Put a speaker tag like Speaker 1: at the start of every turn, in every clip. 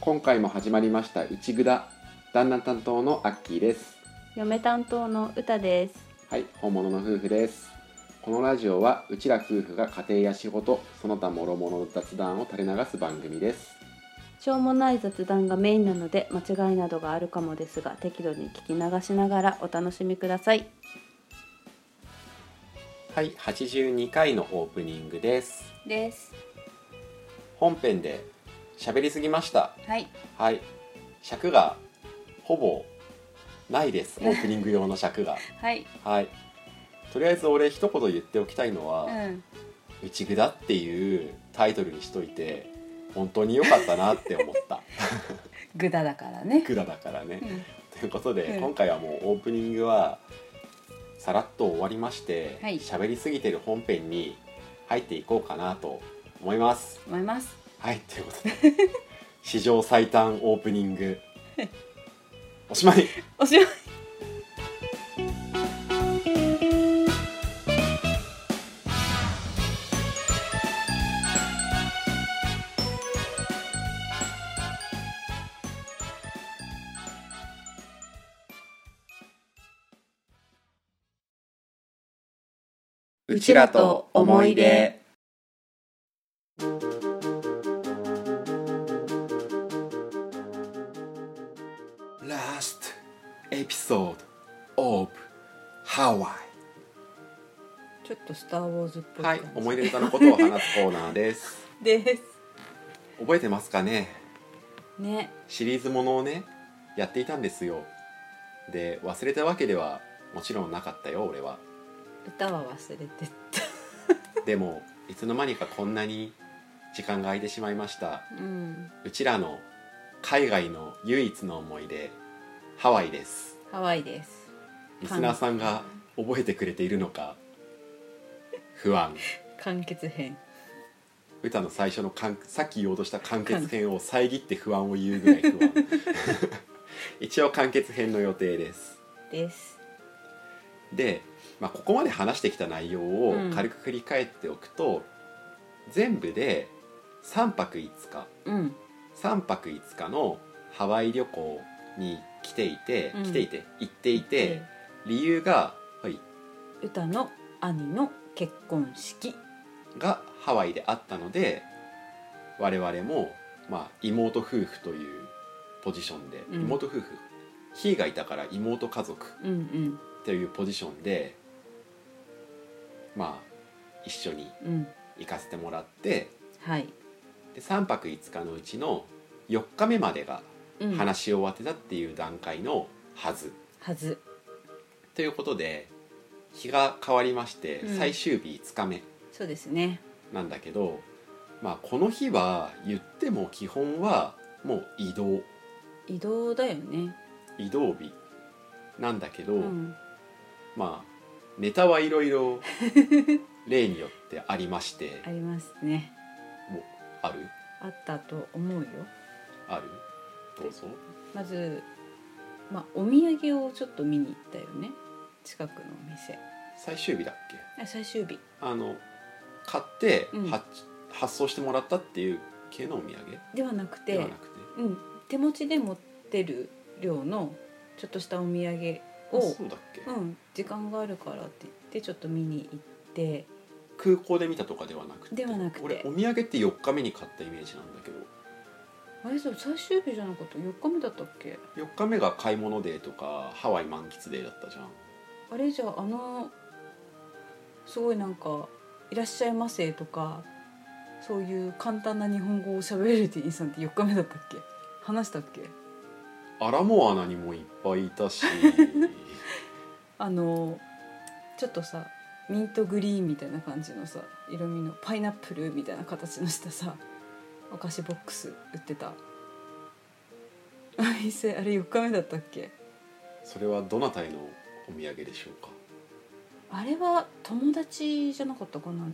Speaker 1: 今回も始まりました「うちぐだ」旦那担当のアッキーです
Speaker 2: 嫁担当の歌です
Speaker 1: はい本物の夫婦ですこのラジオはうちら夫婦が家庭や仕事その他諸々の雑談を垂れ流す番組です
Speaker 2: しょうもない雑談がメインなので間違いなどがあるかもですが適度に聞き流しながらお楽しみください
Speaker 1: はい82回のオープニングです
Speaker 2: です
Speaker 1: 本編で喋りすぎました
Speaker 2: はい
Speaker 1: はい尺がほぼないですオープニング用の尺が
Speaker 2: はい
Speaker 1: はいとりあえず俺一言言っておきたいのは、
Speaker 2: ん
Speaker 1: 「内ぐだ」っていうタイトルにしといて本当に良かったなって 思った「
Speaker 2: グダだからね
Speaker 1: ぐだ」だからね。ということで、
Speaker 2: うん
Speaker 1: 今回はもうオープニングはさらっと終わりまして
Speaker 2: はい
Speaker 1: 喋、りすぎてる本編に入っていこうかなと思います。
Speaker 2: 思います
Speaker 1: はいということ で史上最短オープニングおしまい
Speaker 2: おしまいうちらと思い出
Speaker 1: ラストエピソードオープハワ
Speaker 2: ちょっとスターウォーズっぽ
Speaker 1: イ
Speaker 2: い
Speaker 1: はい
Speaker 2: 感じ
Speaker 1: 思い出歌のことを話すコーナーです
Speaker 2: です
Speaker 1: 覚えてますかね
Speaker 2: ね
Speaker 1: シリーズものをねやっていたんですよで忘れたわけではもちろんなかったよ俺は
Speaker 2: 歌は忘れてた
Speaker 1: でもいつの間にかこんなに時間が空いてしまいました
Speaker 2: うん
Speaker 1: うちらの海外の唯一の思い出ハワイです
Speaker 2: ハワイです
Speaker 1: リスナーさんが覚えてくれているのか不安
Speaker 2: 完結編
Speaker 1: 歌の最初の完さっき言おうとした完結編を遮って不安を言うぐらい不安 一応完結編の予定です
Speaker 2: です
Speaker 1: で、まあ、ここまで話してきた内容を
Speaker 2: うん
Speaker 1: 軽く振り返っておくと、全部で3泊5日
Speaker 2: うん
Speaker 1: 3泊5日のハワイ旅行に来ていて、
Speaker 2: うん
Speaker 1: 来ていて行っていて、理由が、はい、
Speaker 2: 歌の兄の結婚式
Speaker 1: がハワイであったので我々も、まあ、妹夫婦というポジションで、
Speaker 2: うん
Speaker 1: 妹夫婦ひーがいたから妹家族
Speaker 2: うん
Speaker 1: というポジションでまあ一緒に
Speaker 2: うんうん
Speaker 1: 行かせてもらって
Speaker 2: はい、
Speaker 1: で3泊5日のうちの4日目までが
Speaker 2: うん、
Speaker 1: 話し終わってたっていう段階のはず。
Speaker 2: はず
Speaker 1: ということで日が変わりまして
Speaker 2: うん
Speaker 1: 最終日5日目
Speaker 2: そうですね
Speaker 1: なんだけど、まあ、この日は言っても基本はもう移動
Speaker 2: 移動だよね
Speaker 1: 移動日なんだけど、
Speaker 2: うん
Speaker 1: まあネタはいろ いろ例によってありまして
Speaker 2: ありますね
Speaker 1: もうある
Speaker 2: あったと思うよ
Speaker 1: あるどうぞ
Speaker 2: まずまあお土産をちょっと見に行ったよね近くのお店
Speaker 1: 最終日だっけ
Speaker 2: あ最終日
Speaker 1: あの買って、
Speaker 2: うん
Speaker 1: 発発送してもらったっていう系のお土産
Speaker 2: ではなくて
Speaker 1: ではなくて
Speaker 2: うん、手持ちで持ってる量のちょっとしたお土産
Speaker 1: あ
Speaker 2: を
Speaker 1: そうだっけ、
Speaker 2: うん、時間があるからって言ってちょっと見に行って
Speaker 1: 空港で見たとかではなくて
Speaker 2: ではなくて
Speaker 1: 俺お土産って4日目に買ったイメージなんだけど
Speaker 2: あれそう最終日じゃなかった4日目だったっけ
Speaker 1: 4日目が買い物デーとかハワイ満喫デーだったじゃん
Speaker 2: あれじゃああのすごいなんか「いらっしゃいませ」とかそういう簡単な日本語を喋れる店員さんって4日目だったっけ話したっけ
Speaker 1: アラモアナにもいっぱいい たし
Speaker 2: あのちょっとさミントグリーンみたいな感じのさ色味のパイナップルみたいな形のしたさお菓子ボックス売ってたお店あれ4日目だったっけ
Speaker 1: それはどなたへのお土産でしょうか
Speaker 2: あれは友達じゃなかったかな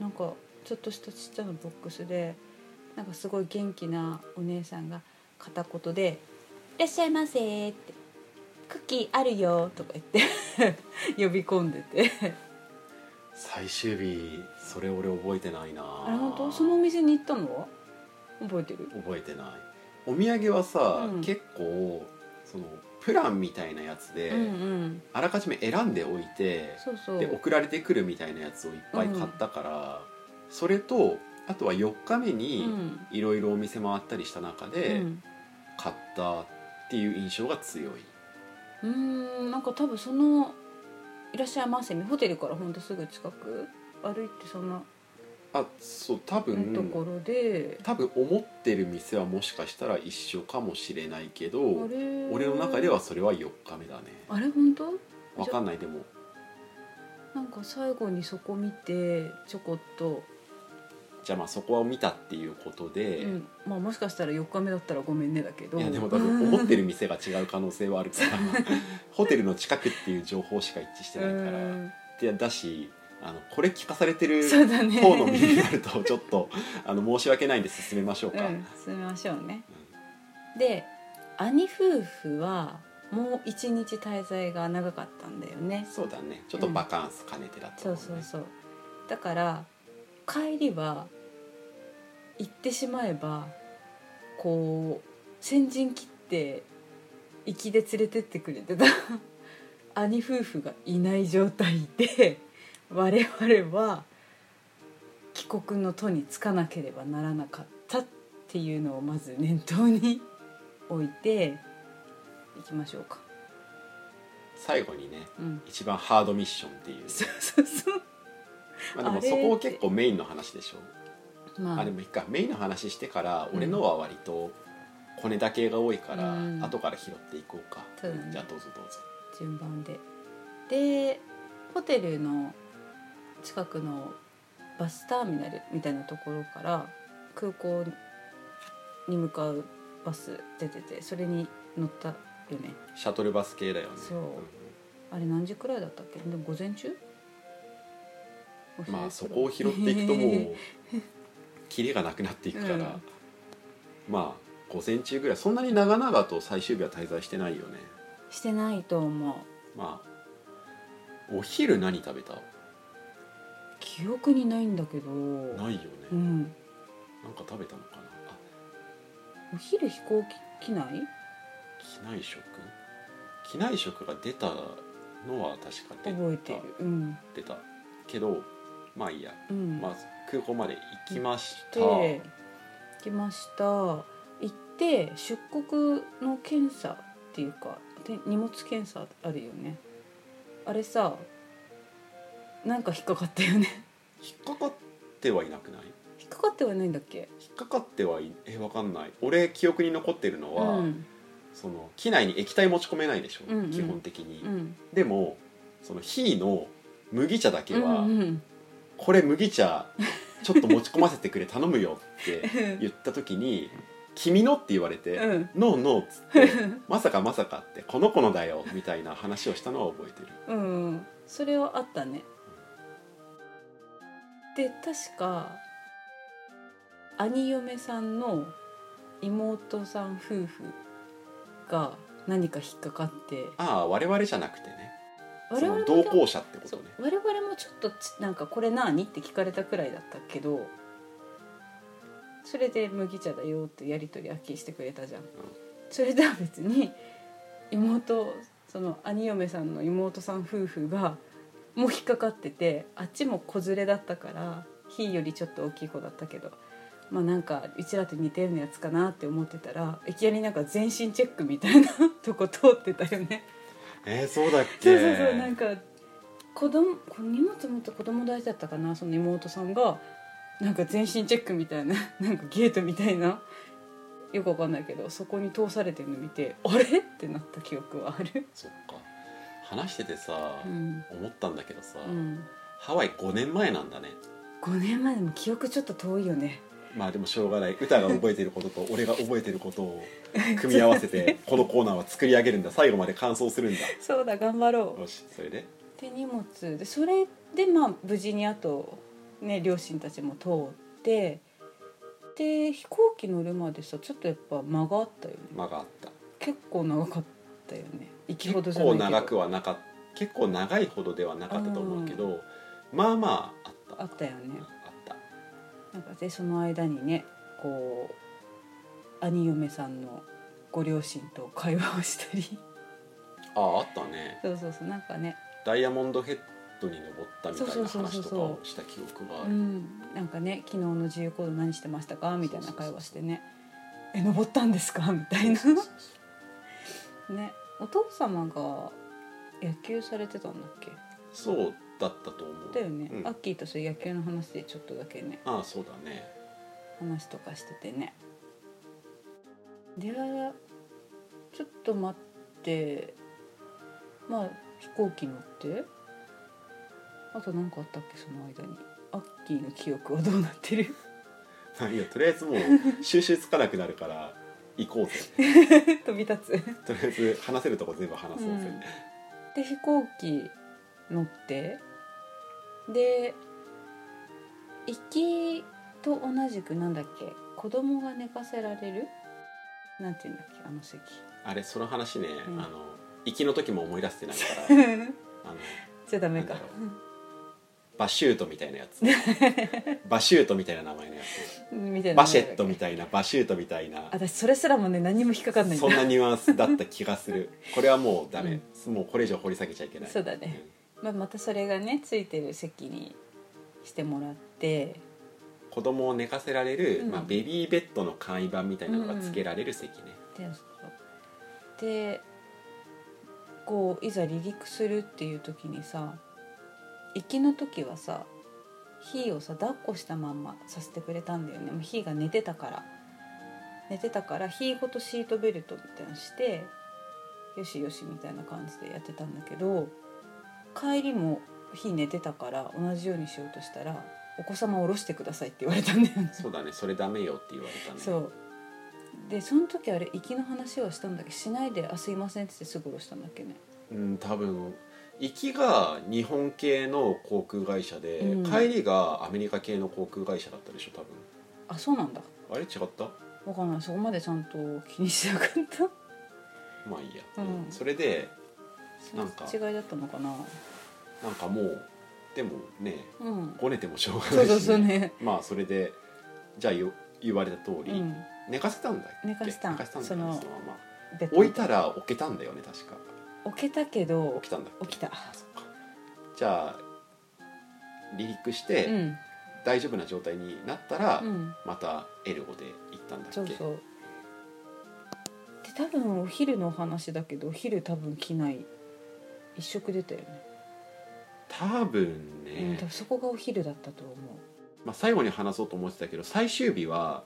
Speaker 2: なんかちょっとしたちっちゃなボックスでなんかすごい元気なお姉さんが片言で「いらっしゃいませ」って「クッキーあるよ」とか言って 呼び込んでて
Speaker 1: 最終日それ俺覚えてないな
Speaker 2: あれ本当そのお店に行ったのは覚えてる
Speaker 1: 覚えてないお土産はさ、
Speaker 2: うん
Speaker 1: 結構そのプランみたいなやつで、
Speaker 2: うんうん
Speaker 1: あらかじめ選んでおいて
Speaker 2: そうそう
Speaker 1: で送られてくるみたいなやつをいっぱい買ったから、それとあとは4日目
Speaker 2: う
Speaker 1: に
Speaker 2: ん
Speaker 1: いろいろお店回ったりした中で
Speaker 2: うん
Speaker 1: 買ったっていう印象が強い、
Speaker 2: うーんなんか多分その「いらっしゃいませ」ねホテルからほんとすぐ近く歩いてそんな
Speaker 1: あそう多
Speaker 2: とこ
Speaker 1: 分
Speaker 2: ろで、
Speaker 1: 多分思ってる店はもしかしたら一緒かもしれないけ
Speaker 2: あ
Speaker 1: ど
Speaker 2: れ
Speaker 1: 俺の中ではそれは4日目だね
Speaker 2: あれ本当
Speaker 1: わかんないでも
Speaker 2: なんか最後にそこ見てちょこっと、
Speaker 1: じゃあまあそこは見たっていうことで、
Speaker 2: うんまあ、もしかしたら4日目だったらごめんねだけど
Speaker 1: いやでも多分思ってる店が違う可能性はあるから ホテルの近くっていう情報しか一致してないか
Speaker 2: う
Speaker 1: ら
Speaker 2: ん
Speaker 1: でだしあのこれ聞かされてる
Speaker 2: そうだね
Speaker 1: 方の身になるとちょっと あの申し訳ないんで進めましょうか、
Speaker 2: うん進めましょうね、で兄夫婦はもう一日滞在が長かったんだよね
Speaker 1: そうだねちょっとバカンス兼ねてだった
Speaker 2: そ
Speaker 1: もん
Speaker 2: う
Speaker 1: ね
Speaker 2: そうそうだから帰りは行ってしまえばこう先陣切って行きで連れてってくれてた 兄夫婦がいない状態で 我々は帰国の途につかなければならなかったっていうのをまず念頭に置いていきましょうか。
Speaker 1: 最後にね
Speaker 2: うん、
Speaker 1: 一番ハードミッションっていう、
Speaker 2: そうそうそう
Speaker 1: まあ、で
Speaker 2: あ
Speaker 1: も
Speaker 2: れ
Speaker 1: そこを結構メインの話でしょ
Speaker 2: ま
Speaker 1: あでもいいかメインの話してから俺のは割と小ネタ系が多いから、
Speaker 2: うん
Speaker 1: 後から拾っていこうか、
Speaker 2: そうだね
Speaker 1: じゃあどうぞどうぞ
Speaker 2: 順番ででホテルの近くのバスターミナルみたいなところから空港に向かうバス出ててそれに乗ったよね
Speaker 1: シャトルバス系だよね
Speaker 2: そうんあれ何時くらいだったっけでも午前中お昼くらい
Speaker 1: まあそこを拾っていくともうキリがなくなっていくから、
Speaker 2: うん
Speaker 1: まあ午前中ぐらいそんなに長々と最終日は滞在してないよね
Speaker 2: してないと思う
Speaker 1: まあお昼何食べた
Speaker 2: 記憶にないんだけど
Speaker 1: ないよね、
Speaker 2: うん
Speaker 1: なんか食べたのかなあ
Speaker 2: お昼飛行機機内
Speaker 1: 機内食機内食が出たのは確か出た
Speaker 2: 覚えてるうん
Speaker 1: 出たけどまあいいや、
Speaker 2: うん
Speaker 1: まあ、空港まで行きました、
Speaker 2: で来ました行って出国の検査っていうかで荷物検査あるよねあれさなんか引っかかったよね
Speaker 1: 引っかかってはいなくない
Speaker 2: 引っかかってはないんだっけ
Speaker 1: 引っかかってはいえわかんない俺記憶に残ってるの
Speaker 2: う
Speaker 1: は、
Speaker 2: ん
Speaker 1: その機内に液体持ち込めないでしょ、
Speaker 2: うんうん
Speaker 1: 基本的に、
Speaker 2: うん
Speaker 1: でもその火の麦茶だけは、
Speaker 2: うんうん
Speaker 1: これ麦茶ちょっと持ち込ませてくれ頼むよ って言った時に「君の」って言われて
Speaker 2: う
Speaker 1: 「ノーノー」っつって 「まさかまさか」って「この子のだよ」みたいな話をしたのは覚えてる
Speaker 2: うんうんそれはあったねで確か兄嫁さんの妹さん夫婦が何か引っかかって
Speaker 1: ああ我々じゃなくてね
Speaker 2: 我
Speaker 1: そ
Speaker 2: 々
Speaker 1: の
Speaker 2: も
Speaker 1: 同行者ってこ
Speaker 2: そ
Speaker 1: と
Speaker 2: う
Speaker 1: ね
Speaker 2: 我々もちょっとつなんかこれ何って聞かれたくらいだったけどそれで麦茶だよってやり取りあっきしてくれたじゃん、それでは別に妹その兄嫁さんの妹さん夫婦がもう引っかかっててあっちも子連れだったからひよりちょっと大きい子だったけどまあなんかうちらと似たようなやつかなって思ってたらいきなりなんか全身チェックみたいなとこ通ってたよね
Speaker 1: えー、そうだっけ
Speaker 2: そうそうそうなんか子供この荷物持って子供大事だったかなその妹さんがなんか全身チェックみたいな なんかゲートみたいなよくわかんないけどそこに通されてるの見てあれってなった記憶はある。
Speaker 1: そっか話しててさ、
Speaker 2: うん
Speaker 1: 思ったんだけどさ、
Speaker 2: うん、
Speaker 1: ハワイ5年前なんだね
Speaker 2: 5年前でも記憶ちょっと遠いよね
Speaker 1: まあでもしょうがない歌が覚えてることと俺が覚えてることを組み合わ せてこのコーナーは作り上げるんだ最後まで完走するんだ
Speaker 2: そうだ頑張ろう
Speaker 1: よしそれで
Speaker 2: で荷物でそれでまあ無事にあとね両親たちも通ってで飛行機乗るまでさちょっとやっぱ間があったよね
Speaker 1: 間があった
Speaker 2: 結構長かったよね行き
Speaker 1: 結
Speaker 2: ほどじゃない
Speaker 1: 構
Speaker 2: けど
Speaker 1: 長くはなかっ結構長いほどではなかったと思うけど、まあまああった
Speaker 2: あったよね
Speaker 1: あった
Speaker 2: なんかでその間にねこう兄嫁さんのご両親と会話をしたり
Speaker 1: あああったね
Speaker 2: そうそうそうなんかね
Speaker 1: ダイヤモンドヘッドに登ったみたいな
Speaker 2: そうそうそ
Speaker 1: 話
Speaker 2: う
Speaker 1: と
Speaker 2: そ
Speaker 1: か
Speaker 2: う
Speaker 1: をした記憶があ
Speaker 2: う
Speaker 1: る
Speaker 2: んなんかね昨日の自由行動何してましたかみたいな会話してねえ登ったんですかみたいな
Speaker 1: そうそうそうそう
Speaker 2: ねお父様が野球されてたんだっけ
Speaker 1: そうだったと思う
Speaker 2: だよね、
Speaker 1: うん
Speaker 2: アッキーとそういう野球の話でちょっとだけね
Speaker 1: ああそうだね
Speaker 2: 話とかしててねでちょっと待ってまあ飛行機乗ってあと何かあったっけその間にアッキーの記憶はどうなってる
Speaker 1: まあ いいよとりあえずもう収集つかなくなるから行こうぜ
Speaker 2: 飛び立つ
Speaker 1: とりあえず話せるとこ全部話そうぜ、
Speaker 2: うんで飛行機乗ってで行きと同じくなんだっけ子供が寝かせられるなんて言うんだっけあの席
Speaker 1: あれその話ね、
Speaker 2: うん
Speaker 1: あの行きの時も思い出してないからあの
Speaker 2: じゃあダメか
Speaker 1: なんだろバシュートみたいなやつバシュートみたいな名前のや
Speaker 2: みたい
Speaker 1: つ
Speaker 2: な
Speaker 1: バシェットみたいなバシュートみたいな
Speaker 2: 私それすらもね何にも引っかかんないんだ
Speaker 1: そんなニュアンスだった気がするこれはもうダメ、もうこれ以上掘り下げちゃいけない
Speaker 2: そうだね、 まあ、またそれがねついてる席にしてもらって
Speaker 1: うん子供を寝かせられる、
Speaker 2: うん
Speaker 1: まあ、ベビーベッドの簡易版みたいなのが付けられる席ね、
Speaker 2: ででこういざ離陸するっていう時にさ行きの時はさヒーをさ抱っこしたまんまさせてくれたんだよねもうヒーが寝てたから寝てたからヒーごとシートベルトみたいなのしてよしよしみたいな感じでやってたんだけど帰りもヒー寝てたから同じようにしようとしたら「お子様を下ろしてください」って言われたんだよね。
Speaker 1: そうだねそれダメよって言われたね
Speaker 2: そうでその時あれ行きの話はしたんだっけしないで「あすいません」って言ってすぐ下ろしたんだっけね
Speaker 1: うん多分行きが日本系の航空会社で、
Speaker 2: うん
Speaker 1: 帰りがアメリカ系の航空会社だったでしょ多分
Speaker 2: あそうなんだ
Speaker 1: あれ違った
Speaker 2: わかんないそこまでちゃんと気にしてなかっ
Speaker 1: まあいいや、
Speaker 2: うん
Speaker 1: うんそれで
Speaker 2: た
Speaker 1: なんか
Speaker 2: そういう違いだったのかな
Speaker 1: なんかもうでもね
Speaker 2: うん
Speaker 1: ごねてもしょうが
Speaker 2: そ
Speaker 1: な
Speaker 2: う
Speaker 1: いし、
Speaker 2: そうそうね
Speaker 1: まあそれでじゃあよ言われた通り、
Speaker 2: うん
Speaker 1: 寝かせたんだっけ
Speaker 2: 寝かせた
Speaker 1: 寝かせたんだよね
Speaker 2: その
Speaker 1: そのまま
Speaker 2: ベッド
Speaker 1: 置いたら置けたんだよね確か
Speaker 2: 置けたけど
Speaker 1: 起きたんだっけ
Speaker 2: 起きた
Speaker 1: あそっかじゃあ離陸して、
Speaker 2: うん
Speaker 1: 大丈夫な状態になったら、
Speaker 2: うん
Speaker 1: またエルゴで行ったんだっけ
Speaker 2: そうそうで多分お昼のお話だけどお昼多分着ない一食出たよね、
Speaker 1: 多分ね、
Speaker 2: うん多分そこがお昼だったと思う
Speaker 1: まあ、最後に話そうと思ってたけど最終日は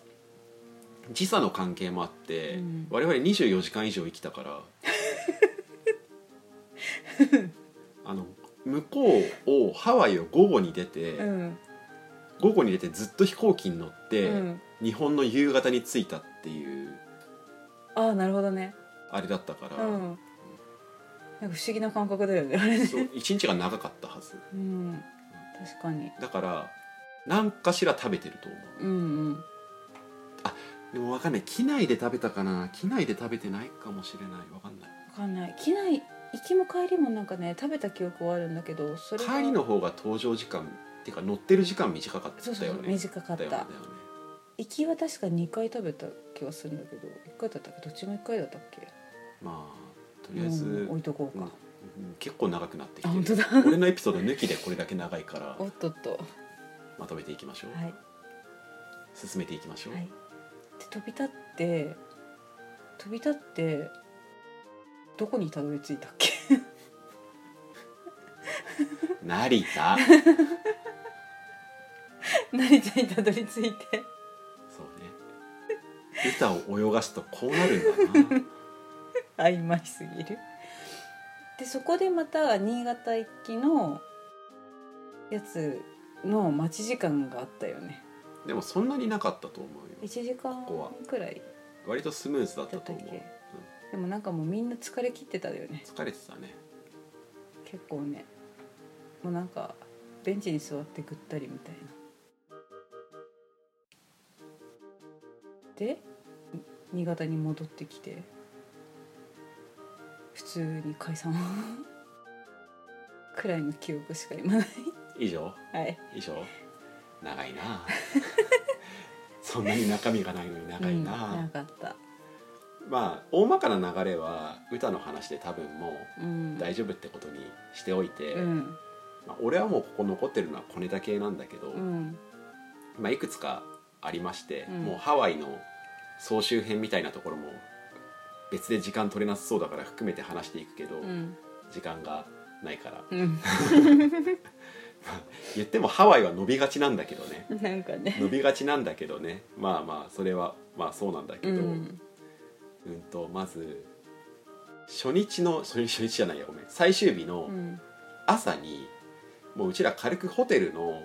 Speaker 1: 時差の関係もあって、
Speaker 2: うん
Speaker 1: 我々24時間以上生きたから あの向こうをハワイを午後に出て、
Speaker 2: うん
Speaker 1: 午後に出てずっと飛行機に乗って、
Speaker 2: うん
Speaker 1: 日本の夕方に着いたっていう
Speaker 2: ああなるほどね
Speaker 1: あれだったから、
Speaker 2: うん、なんか不思議な感覚だよねあれね
Speaker 1: そう一日が長かったはず
Speaker 2: うん確かに
Speaker 1: だから何かしら食べてると思
Speaker 2: う
Speaker 1: う
Speaker 2: んうん
Speaker 1: でも分かんない機内で食べたかな機内で食べてないかもしれない分かんない
Speaker 2: 分かんない機内行きも帰りもなんかね食べた記憶はあるんだけどそれが
Speaker 1: 帰りの方が搭乗時間っていうか乗ってる時間短かったよね
Speaker 2: そうそうそう短かっ
Speaker 1: だよね
Speaker 2: た
Speaker 1: だよね
Speaker 2: 行きは確か2回食べた気がするんだけど1回だったっけどっちも1回だったっけ
Speaker 1: まあとりあえず、
Speaker 2: うん
Speaker 1: う
Speaker 2: 置い
Speaker 1: ん
Speaker 2: とこうか、
Speaker 1: 結構長くなってき
Speaker 2: あ本当
Speaker 1: てる
Speaker 2: だ
Speaker 1: 俺のエピソード抜きでこれだけ長いから
Speaker 2: おっとっと
Speaker 1: まとめていきましょう、
Speaker 2: はい
Speaker 1: 進めていきましょう、
Speaker 2: はい、で飛び立って飛び立ってどこにたどり着いたっけ
Speaker 1: 成田
Speaker 2: 成田にたどり着いて
Speaker 1: そうね歌を泳がすとこうなるんだ な
Speaker 2: 曖昧すぎるでそこでまた新潟行きのやつの待ち時間があったよね
Speaker 1: でもそんなになかったと思うよ
Speaker 2: 1時間
Speaker 1: こは
Speaker 2: くらい
Speaker 1: 割とスムーズだった
Speaker 2: だった
Speaker 1: と
Speaker 2: っ
Speaker 1: 思う
Speaker 2: けでもなんかもうみんな疲れ切ってたよね
Speaker 1: 疲れてたね
Speaker 2: 結構ねもうなんかベンチに座ってぐったりみたいなで新潟に戻ってきて普通に解散くらいの記憶しか今ない
Speaker 1: 以上
Speaker 2: はい
Speaker 1: 以上長いな そんなに中身がないのに長いな、
Speaker 2: うん、なかった
Speaker 1: まあ大まかな流れは歌の話で多分も
Speaker 2: うん
Speaker 1: う大丈夫ってことにしておいて、
Speaker 2: うん
Speaker 1: まあ、俺はもうここ残ってるのは小ネタ系なんだけど、
Speaker 2: うん
Speaker 1: まあ、いくつかありまして、
Speaker 2: うん
Speaker 1: もうハワイの総集編みたいなところも別で時間取れなさそうだから含めて話していくけど、
Speaker 2: うん
Speaker 1: 時間がないから
Speaker 2: うん
Speaker 1: 言ってもハワイは伸びがちなんだけどね
Speaker 2: なんかね
Speaker 1: 伸びがちなんだけどねまあまあそれはまあそうなんだけ
Speaker 2: う
Speaker 1: ど、
Speaker 2: ん
Speaker 1: うんとまず初日の初日初日じゃないやごめん最終日の
Speaker 2: うん
Speaker 1: 朝に、もううちら軽くホテルの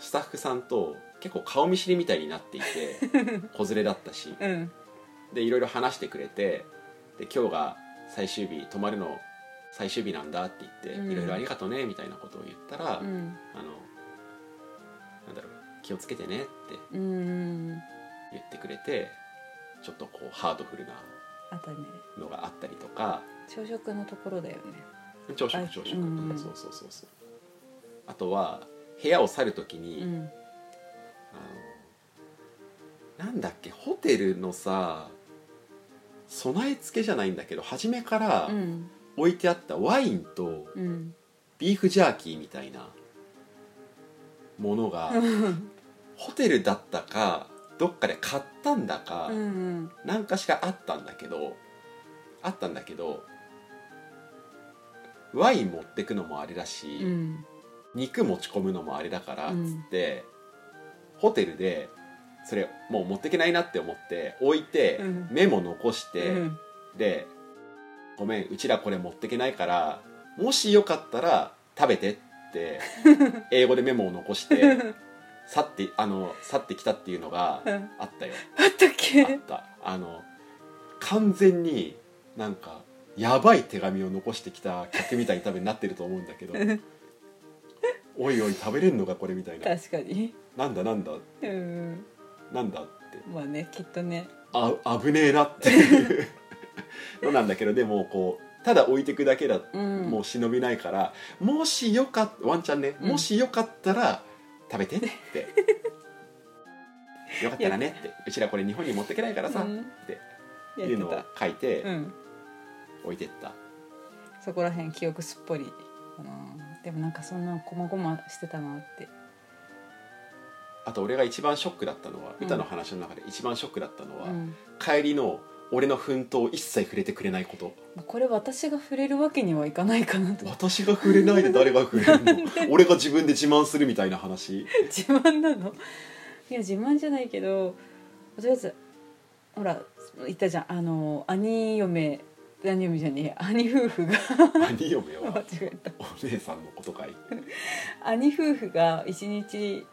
Speaker 1: スタッフさんと結構顔見知りみたいになってい て子連れだったし
Speaker 2: うん
Speaker 1: でいろいろ話してくれてで今日が最終日泊まるの最終日なんだって言って、
Speaker 2: うん
Speaker 1: いろいろありがとねみたいなことを言ったら、
Speaker 2: うん
Speaker 1: あのなんだろう気をつけてねって
Speaker 2: うん
Speaker 1: 言ってくれてちょっとこうハートフルな
Speaker 2: あとね
Speaker 1: のがあったりとか
Speaker 2: 朝食のところだよね
Speaker 1: 朝
Speaker 2: あ
Speaker 1: 食朝食、
Speaker 2: うん
Speaker 1: そうそうそうそうあとは部屋を去る時に、
Speaker 2: うん
Speaker 1: あのなんだっけホテルのさ備え付けじゃないんだけど初めから
Speaker 2: うん
Speaker 1: 置いてあったワインと
Speaker 2: うん
Speaker 1: ビーフジャーキーみたいなも のが、ホテルだったかどっかで買ったんだか、
Speaker 2: うん
Speaker 1: なんかしかあったんだけどあったんだけどワイン持ってくのもあれだし、
Speaker 2: うん
Speaker 1: 肉持ち込むのもあれだからっ
Speaker 2: うん
Speaker 1: つって、ホテルでそれもう持ってけないなって思って置いて、
Speaker 2: うん
Speaker 1: メモ残して、
Speaker 2: うん
Speaker 1: で「ごめんうちらこれ持ってけないからもしよかったら食べて」って 英語でメモを残して去ってあの去ってきたっていうのが
Speaker 2: うん
Speaker 1: あったよ。
Speaker 2: あったっ
Speaker 1: あっ
Speaker 2: け
Speaker 1: たあの完全になんかやばい手紙を残してきた客みたいに多分なってると思うん だけど
Speaker 2: ん
Speaker 1: 「おいおい食べれんのかこれ」みたいな
Speaker 2: 確かに
Speaker 1: 「なんだなんだ
Speaker 2: うん
Speaker 1: なんだ」って
Speaker 2: まあねきっとね
Speaker 1: あ危ねえな っていうのなんだけどでもこうただ置いてくだけだ
Speaker 2: うん
Speaker 1: もう忍びないから、もしよかったワンちゃんね、
Speaker 2: うん
Speaker 1: もしよかったら食べてね ってよかったらねってうちらこれ日本に持ってけないからさ、
Speaker 2: うん
Speaker 1: って
Speaker 2: やっ
Speaker 1: い
Speaker 2: て
Speaker 1: うのを
Speaker 2: た
Speaker 1: 書いて、
Speaker 2: うん
Speaker 1: 置いてった
Speaker 2: そこら辺記憶すっぽりかなでもなんかそんなこまごましてたなって
Speaker 1: あと俺が一番ショックだったのは、
Speaker 2: うん
Speaker 1: 歌の話の中で一番ショックだったのは、
Speaker 2: うん
Speaker 1: 帰りの俺の奮闘を一切触れてくれな いこと
Speaker 2: まあこれ私が触れるわけにはいかないかなと
Speaker 1: 私が触れないで誰が触れるの俺が自分で自慢するみたいな話
Speaker 2: 自慢なのいや自慢じゃないけどとりあえずほら言ったじゃんあの兄嫁兄嫁じゃねえ兄夫婦が
Speaker 1: 兄嫁
Speaker 2: 間違
Speaker 1: は
Speaker 2: えた
Speaker 1: お姉さんのことかい
Speaker 2: 兄夫婦が一日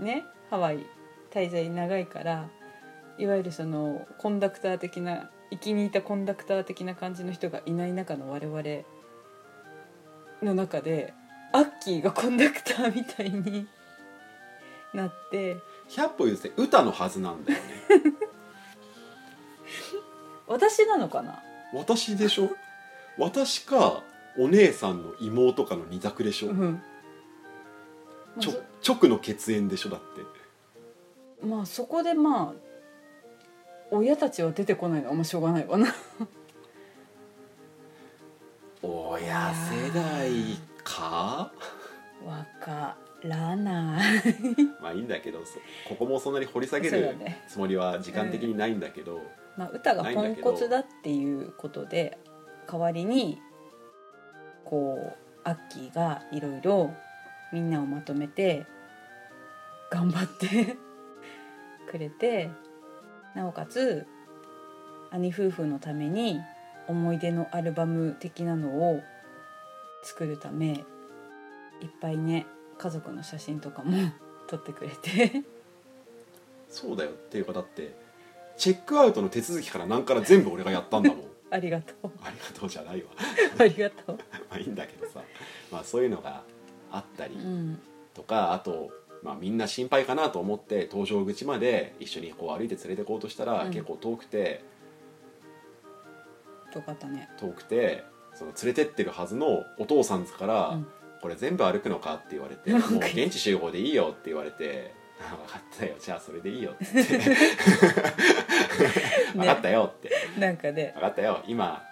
Speaker 2: ねハワイ滞在長いからいわゆるそのコンダクター的な生きにいたコンダクター的な感じの人がいない中の我々の中でアッキーがコンダクターみたいに なって。
Speaker 1: 100歩譲って歌のはずなんだよね
Speaker 2: 私なのかな
Speaker 1: 私でしょ私かお姉さんの妹かの二択でしょ、
Speaker 2: うん
Speaker 1: ち
Speaker 2: まあ
Speaker 1: ょ直の血縁でしょだって
Speaker 2: そまあそこでまあ親たちは出てこないのはあんましょうがないわな
Speaker 1: 親世代か
Speaker 2: わからない
Speaker 1: まあいいんだけどそここもそんなに掘り下げ
Speaker 2: そうだ
Speaker 1: る
Speaker 2: ね
Speaker 1: つもりは時間的にないんだけど、
Speaker 2: まあ歌がポンコツだっていうことで代わりにこうアッキーがいろいろみんなをまとめて頑張って くれてなおかつ兄夫婦のために思い出のアルバム的なのを作るためいっぱいね家族の写真とかも撮ってくれて
Speaker 1: そうだよっていうかだってチェックアウトの手続きから何から全部俺がやったんだ もん
Speaker 2: ありがとう
Speaker 1: ありがとうじゃないわ
Speaker 2: ありがとう
Speaker 1: まあいいんだけどさ、まあ、そういうのがあったり
Speaker 2: うん
Speaker 1: とかあと、まあ、みんな心配かなと思って搭乗口まで一緒にこう歩いて連れてこうとしたら、
Speaker 2: うん
Speaker 1: 結構遠くて
Speaker 2: よかったね
Speaker 1: 遠くてその連れてってるはずのお父さんから、
Speaker 2: うん
Speaker 1: これ全部歩くのか?」って言われ て「
Speaker 2: なん
Speaker 1: も
Speaker 2: か
Speaker 1: う現地集合でいいよ」って言われて「あ分かったよじゃあそれでいいよ」 って「分かったよ」って
Speaker 2: なんか
Speaker 1: 「
Speaker 2: ね
Speaker 1: 分かったよ今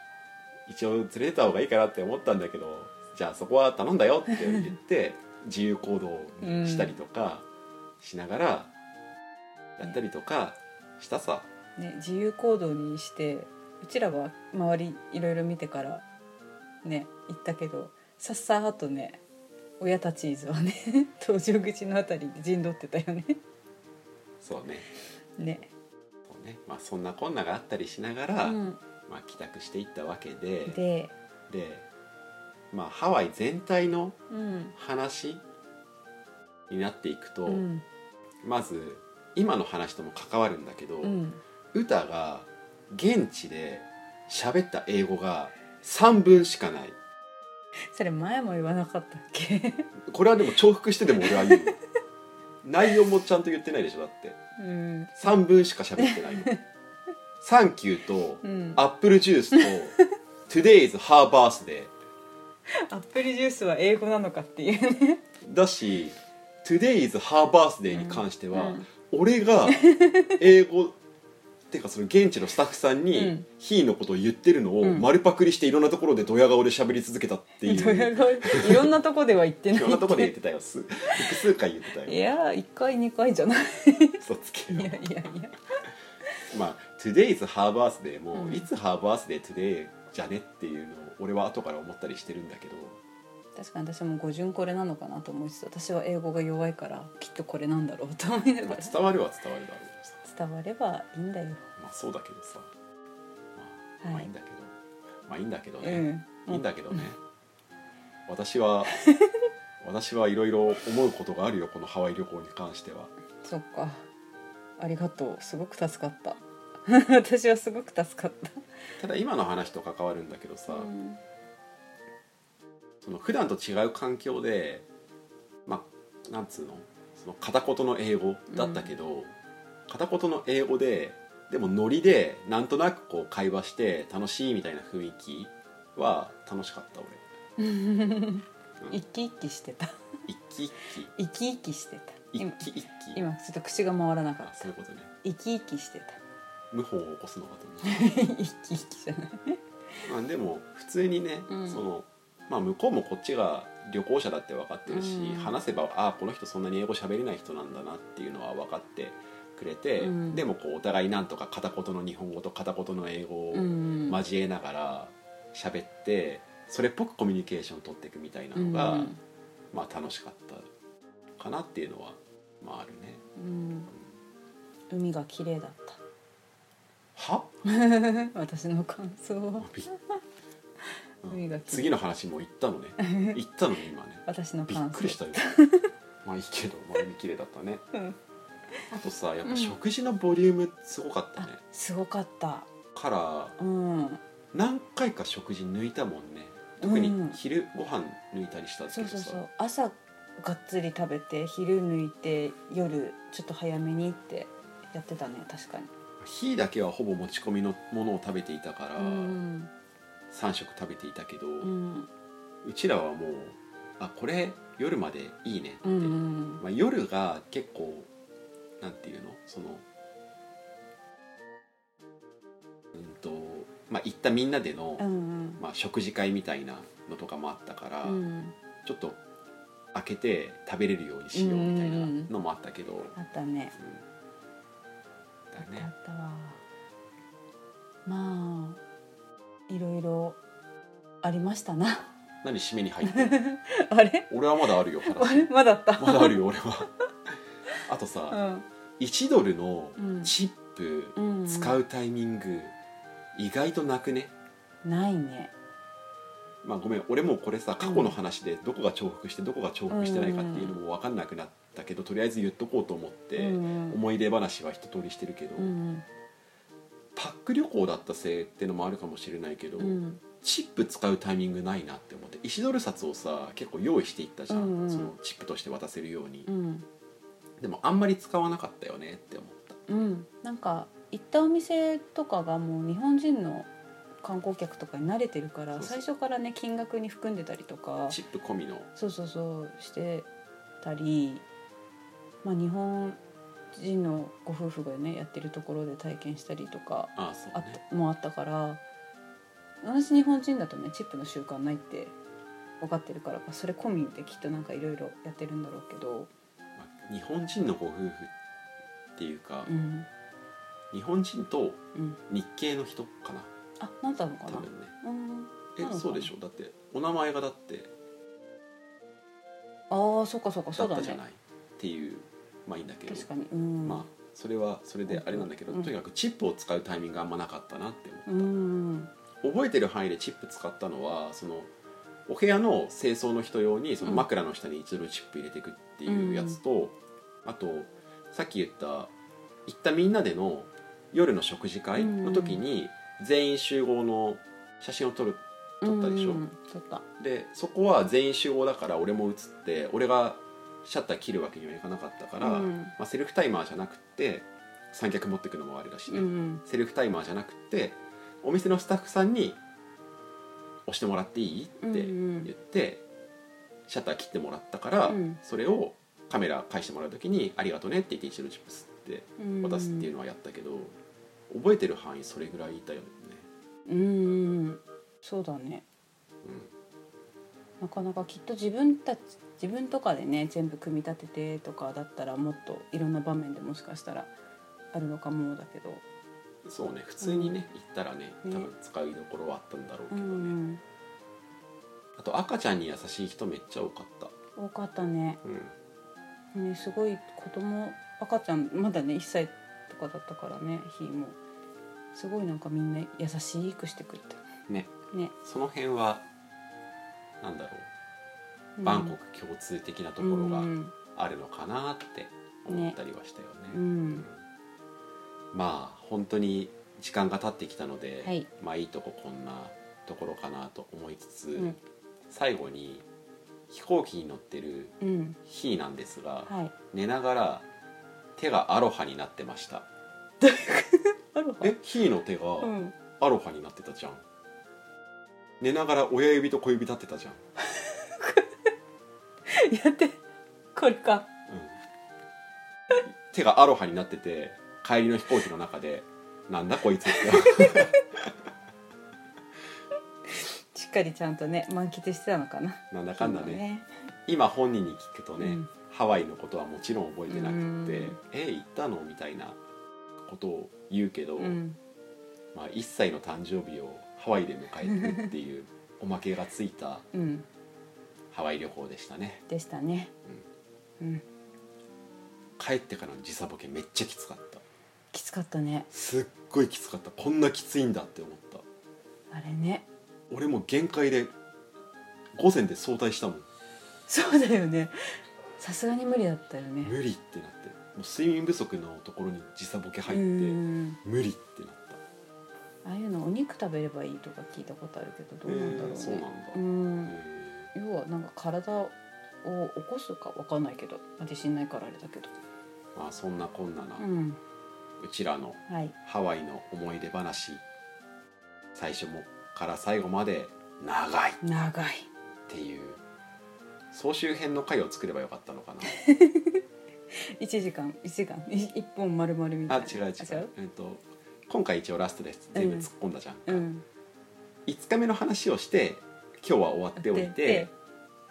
Speaker 1: 一応連れてった方がいいかなって思ったんだけどじゃあそこは頼んだよ」って言って自由行動にしたりとかしながらやったりとかしたさ。
Speaker 2: ね自由行動にしてうちらは周りいろいろ見てからね行ったけどさっさーとね親たち伊豆はね 搭乗口のあたりで陣取ってたよね
Speaker 1: そうね
Speaker 2: ね、
Speaker 1: そうねまあ、そんなこんながあったりしながら、
Speaker 2: うん、
Speaker 1: まあ、帰宅していったわけでで
Speaker 2: で、
Speaker 1: まあ、ハワイ全体の
Speaker 2: うん
Speaker 1: 話になっていくと、
Speaker 2: うん
Speaker 1: まず今の話とも関わるんだけど、
Speaker 2: うん、
Speaker 1: 歌が現地で喋った英語が3分しかない
Speaker 2: それ前も言わなかったっけ
Speaker 1: これはでも重複してでも俺は言う内容もちゃんと言ってないでしょだって
Speaker 2: うん
Speaker 1: 3分しか喋っ てないの「サンキュー」と
Speaker 2: うん
Speaker 1: 「アップルジュース」 と「Today's her birthday」
Speaker 2: アップルジュースは英語なのかっていうね
Speaker 1: だし「Today's Her Birthday」に関しては、
Speaker 2: うん
Speaker 1: 俺が英語 っていうかその現地のスタッフさ
Speaker 2: う
Speaker 1: んに
Speaker 2: ん
Speaker 1: 「ヒーのことを言ってるのを
Speaker 2: うん
Speaker 1: 丸パクリしていろんなところでドヤ顔で喋り続けたってい う、
Speaker 2: ドヤ顔いろんなとこでは言ってない
Speaker 1: いろんなところで言ってたよす複数回言ってた
Speaker 2: い
Speaker 1: よ
Speaker 2: や1回2回じゃない
Speaker 1: 嘘つけ
Speaker 2: い
Speaker 1: よ
Speaker 2: やいやいや
Speaker 1: まあ「Today's Her Birthday も」
Speaker 2: うん
Speaker 1: いつ Her Birthday Today じゃね?」っていうのを俺は後から思ったりしてるんだけど
Speaker 2: 確かに私も語順これなのかなと思いつつ私は英語が弱いからきっとこれなんだろうと思いな
Speaker 1: ま
Speaker 2: が
Speaker 1: あ
Speaker 2: ら
Speaker 1: 伝わるは伝わるだろうけどさ
Speaker 2: 伝わればいいんだよ
Speaker 1: まあそうだけどさ、まあ、ま
Speaker 2: は
Speaker 1: あいい
Speaker 2: い
Speaker 1: んだけど、まあいいんだけど
Speaker 2: う
Speaker 1: ね、
Speaker 2: ん
Speaker 1: いいんだけどね、私は私はいろいろ思うことがあるよこのハワイ旅行に関しては
Speaker 2: そっかありがとうすごく助かった 私はすごく助かった
Speaker 1: ただ今の話と関わるんだけどさ、
Speaker 2: うん
Speaker 1: その普段と違う環境でまあなんつうのその片言の英語だったけど、片言の英語ででもノリでなんとなくこう会話して楽しいみたいな雰囲気は楽しかった俺
Speaker 2: 生き生きしてた
Speaker 1: 一気一気
Speaker 2: 生き生きしてた
Speaker 1: 一
Speaker 2: 今
Speaker 1: 気一気
Speaker 2: 今ちょっと口が回らなかっ
Speaker 1: あ
Speaker 2: た
Speaker 1: そういうことね
Speaker 2: 生き生きしてた
Speaker 1: 謀反を起こすのかと思った
Speaker 2: 生き生きじゃない
Speaker 1: まあ、でも普通にね、
Speaker 2: うん
Speaker 1: そのまあ、向こうもこっちが旅行者だって分かってるし、
Speaker 2: うん
Speaker 1: 話せばああこの人そんなに英語喋れない人なんだなっていうのは分かってくれて、
Speaker 2: うん
Speaker 1: でもこうお互いなんとか片言の日本語と片言の英語を
Speaker 2: うん
Speaker 1: 交えながら喋ってそれっぽくコミュニケーション取っていくみたいなのが、
Speaker 2: うん
Speaker 1: まあ、楽しかったかなっていうのは、まあ、あるね。
Speaker 2: うん、海が綺麗だった
Speaker 1: は
Speaker 2: 私の感想は
Speaker 1: びっうん
Speaker 2: 海が綺麗
Speaker 1: 次の話も言っ たのね言ったのね今ね。
Speaker 2: 私の
Speaker 1: びっ
Speaker 2: 感想
Speaker 1: く りしたよまあいいけどまあ海綺麗だったね
Speaker 2: うん
Speaker 1: あとさやっ
Speaker 2: う
Speaker 1: ぱ
Speaker 2: ん
Speaker 1: 食事のボリュームすごかった
Speaker 2: あ
Speaker 1: ね、
Speaker 2: すごかった
Speaker 1: から
Speaker 2: うん
Speaker 1: 何回か食事抜いたもんね特に昼ご飯抜いたりしたけ
Speaker 2: そう
Speaker 1: ど
Speaker 2: そうそ
Speaker 1: さ
Speaker 2: う朝がっつり食べて昼抜いて夜ちょっと早めにってやってたね確かに
Speaker 1: 火だけはほぼ持ち込みのものを食べていたから
Speaker 2: うん
Speaker 1: 3食食べていたけど、う
Speaker 2: うん
Speaker 1: ちらはもうあこれ夜までいいねって、
Speaker 2: うんうん
Speaker 1: まあ、夜が結構なんていうのそのうんとまあ行ったみんなでの、
Speaker 2: うん
Speaker 1: まあ、食事会みたいなのとかもあったから、
Speaker 2: うん
Speaker 1: ちょっと開けて食べれるようにしようみたいなのもあったけど、
Speaker 2: あったね
Speaker 1: だ
Speaker 2: あ
Speaker 1: ね
Speaker 2: ったわまあいろいろありましたな
Speaker 1: 何締めに入っ てる
Speaker 2: あれ
Speaker 1: 俺はまだあるよ
Speaker 2: あ
Speaker 1: 話
Speaker 2: れまだあった
Speaker 1: まだあるよ俺はあと
Speaker 2: う
Speaker 1: さ、
Speaker 2: ん
Speaker 1: 1ドルの
Speaker 2: うん
Speaker 1: チップ
Speaker 2: うん
Speaker 1: 使うタイミング、意外となくね
Speaker 2: ないね
Speaker 1: まあごめん俺もうこれさ過去の話でどこが重複してどこが重複してないかっていうのも分かんなくなっったけどとりあえず言っとこうと思って、思い出話は一通りしてるけど、
Speaker 2: うん
Speaker 1: パック旅行だったせいってのもあるかもしれないけど、
Speaker 2: うん
Speaker 1: チップ使うタイミングないなって思って石ドル札をさ結構用意していったじゃん、
Speaker 2: うんうん
Speaker 1: そのチップとして渡せるように、
Speaker 2: うん
Speaker 1: でもあんまり使わなかったよねって思った
Speaker 2: うんなんか行ったお店とかがもう日本人の観光客とかに慣れてるから
Speaker 1: そうそう
Speaker 2: 最初からね金額に含んでたりとか
Speaker 1: チップ込みの
Speaker 2: そうそうそうしてたり、まあ、日本人のご夫婦がねやってるところで体験したりとか
Speaker 1: ああそう
Speaker 2: あっ
Speaker 1: ね
Speaker 2: たもあったから私日本人だとねチップの習慣ないって分かってるからまあそれ込みできっとなんかいろいろやってるんだろうけど、
Speaker 1: まあ日本人のご夫婦っていうか、
Speaker 2: うん
Speaker 1: 日本人と
Speaker 2: うん、
Speaker 1: 日系の人かな
Speaker 2: あなんだのか
Speaker 1: 多
Speaker 2: な、
Speaker 1: 分ね
Speaker 2: うん、なのか
Speaker 1: え
Speaker 2: な
Speaker 1: そうでしょだってお名前がだって
Speaker 2: ああそうかそうか
Speaker 1: だ
Speaker 2: そう
Speaker 1: っ
Speaker 2: だ
Speaker 1: た
Speaker 2: ね
Speaker 1: じゃないっていうまあいいんだけど
Speaker 2: 確かにうん、
Speaker 1: まあそれはそれであれなんだけど、
Speaker 2: うん
Speaker 1: とにかくチップを使うタイミングがあんまなかったなって思う
Speaker 2: うん
Speaker 1: 覚えてる範囲でチップ使ったのはそのお部屋の清掃の人用にその
Speaker 2: うん
Speaker 1: 枕の下に一度チップ入れていくっていうやつと、あとさっき言った行ったみんなでの夜の食事会の時に全員集合の写真を撮る撮ったでしょ
Speaker 2: うん撮った
Speaker 1: でそこは全員集合だから俺も写って俺がシャッター切るわけにはいかなかったから、
Speaker 2: うん
Speaker 1: まあ、セルフタイマーじゃなくって三脚持ってくのもあれだしね、
Speaker 2: うん
Speaker 1: セルフタイマーじゃなくてお店のスタッフさんに「押してもらっていい?」って言って、シャッター切ってもらったから、
Speaker 2: うん
Speaker 1: それをカメラ返してもらう時に「ありがとうね」って言って一度チップスって
Speaker 2: うん
Speaker 1: 渡すっていうのはやったけど、覚えてる範囲それぐらいいたよね。
Speaker 2: うんうんうんそうだねなかなかきっと自分たち自分とかでね全部組み立ててとかだったらもっといろんな場面でもしかしたらあるのかもだけど、
Speaker 1: うんそうね普通にね、行ったらね多
Speaker 2: ね
Speaker 1: 分使いどころはあったんだろうけ
Speaker 2: う
Speaker 1: どね、
Speaker 2: ん、
Speaker 1: あと赤ちゃんに優しい人めっちゃ多かった、
Speaker 2: 多かったね
Speaker 1: うん、
Speaker 2: ねすごい子供赤ちゃんまだね1歳とかだったからねひーもすごいなんかみんな優しくしてくれた
Speaker 1: ね
Speaker 2: ね、
Speaker 1: その辺はなんだろ
Speaker 2: う
Speaker 1: うんバンコク共通的なところが
Speaker 2: うん
Speaker 1: あるのかなって思ったりはしたよね。
Speaker 2: う
Speaker 1: うん
Speaker 2: ん
Speaker 1: まあ本当に時間が経ってきたので、
Speaker 2: はい
Speaker 1: まあいいとここんなところかなと思いつつ、
Speaker 2: うん
Speaker 1: 最後に飛行機に乗ってる
Speaker 2: うん
Speaker 1: 日なんですが、
Speaker 2: はい
Speaker 1: 寝ながら手がアロハになってました。
Speaker 2: アロハ
Speaker 1: え、ヒーの手
Speaker 2: う
Speaker 1: が
Speaker 2: ん、
Speaker 1: アロハになってたじゃん。寝ながら親指と小指立ってたじゃん。
Speaker 2: やってこれか
Speaker 1: うん手がアロハになってて帰りの飛行機の中で「なんだこいつ」って
Speaker 2: しっかりちゃんとね満喫してたのかな
Speaker 1: なんだかんだね
Speaker 2: ヒーも
Speaker 1: 今本人に聞くとね、
Speaker 2: うん
Speaker 1: ハワイのことはもちろん覚えてなくて
Speaker 2: うん
Speaker 1: 「え行ったの?」みたいなことを言うけど、
Speaker 2: うん
Speaker 1: まあ、1歳の誕生日をハワイで迎えてっていう おまけがついた
Speaker 2: うん
Speaker 1: ハワイ旅行でしたね
Speaker 2: でしたね。うん、
Speaker 1: 帰ってからの時差ボケめっちゃきつかった
Speaker 2: きつかったね。
Speaker 1: すっごいきつかったこんなきついんだって思った
Speaker 2: あれね。
Speaker 1: 俺も限界で午前で早退したもん
Speaker 2: そうだよね。さすがに無理だったよね。
Speaker 1: 無理ってなってもう睡眠不足のところに時差ボケ入って
Speaker 2: うん
Speaker 1: 無理ってなった
Speaker 2: ああいうのお肉食べればいいとか聞いたことあるけど、どうなんだろう
Speaker 1: え
Speaker 2: ね。
Speaker 1: ーそうなんだ
Speaker 2: うん。
Speaker 1: え
Speaker 2: 要はなんか体を起こすかわかんないけど、自信ないからあれだけど。
Speaker 1: ーまあそんなこんなな、う
Speaker 2: うん。
Speaker 1: ちらの
Speaker 2: はい。
Speaker 1: ハワイの思い出話最初もから最後まで長いっ
Speaker 2: 長い。
Speaker 1: ていう総集編の回を作ればよかったのかな
Speaker 2: 一時間、一時間、い一本丸々みたい
Speaker 1: あ
Speaker 2: な。
Speaker 1: 違う違うえっと今回一応ラストです全部突っ込んだじゃんか、
Speaker 2: うん。
Speaker 1: 5日目の話をして今日は終わっておい
Speaker 2: で
Speaker 1: て
Speaker 2: で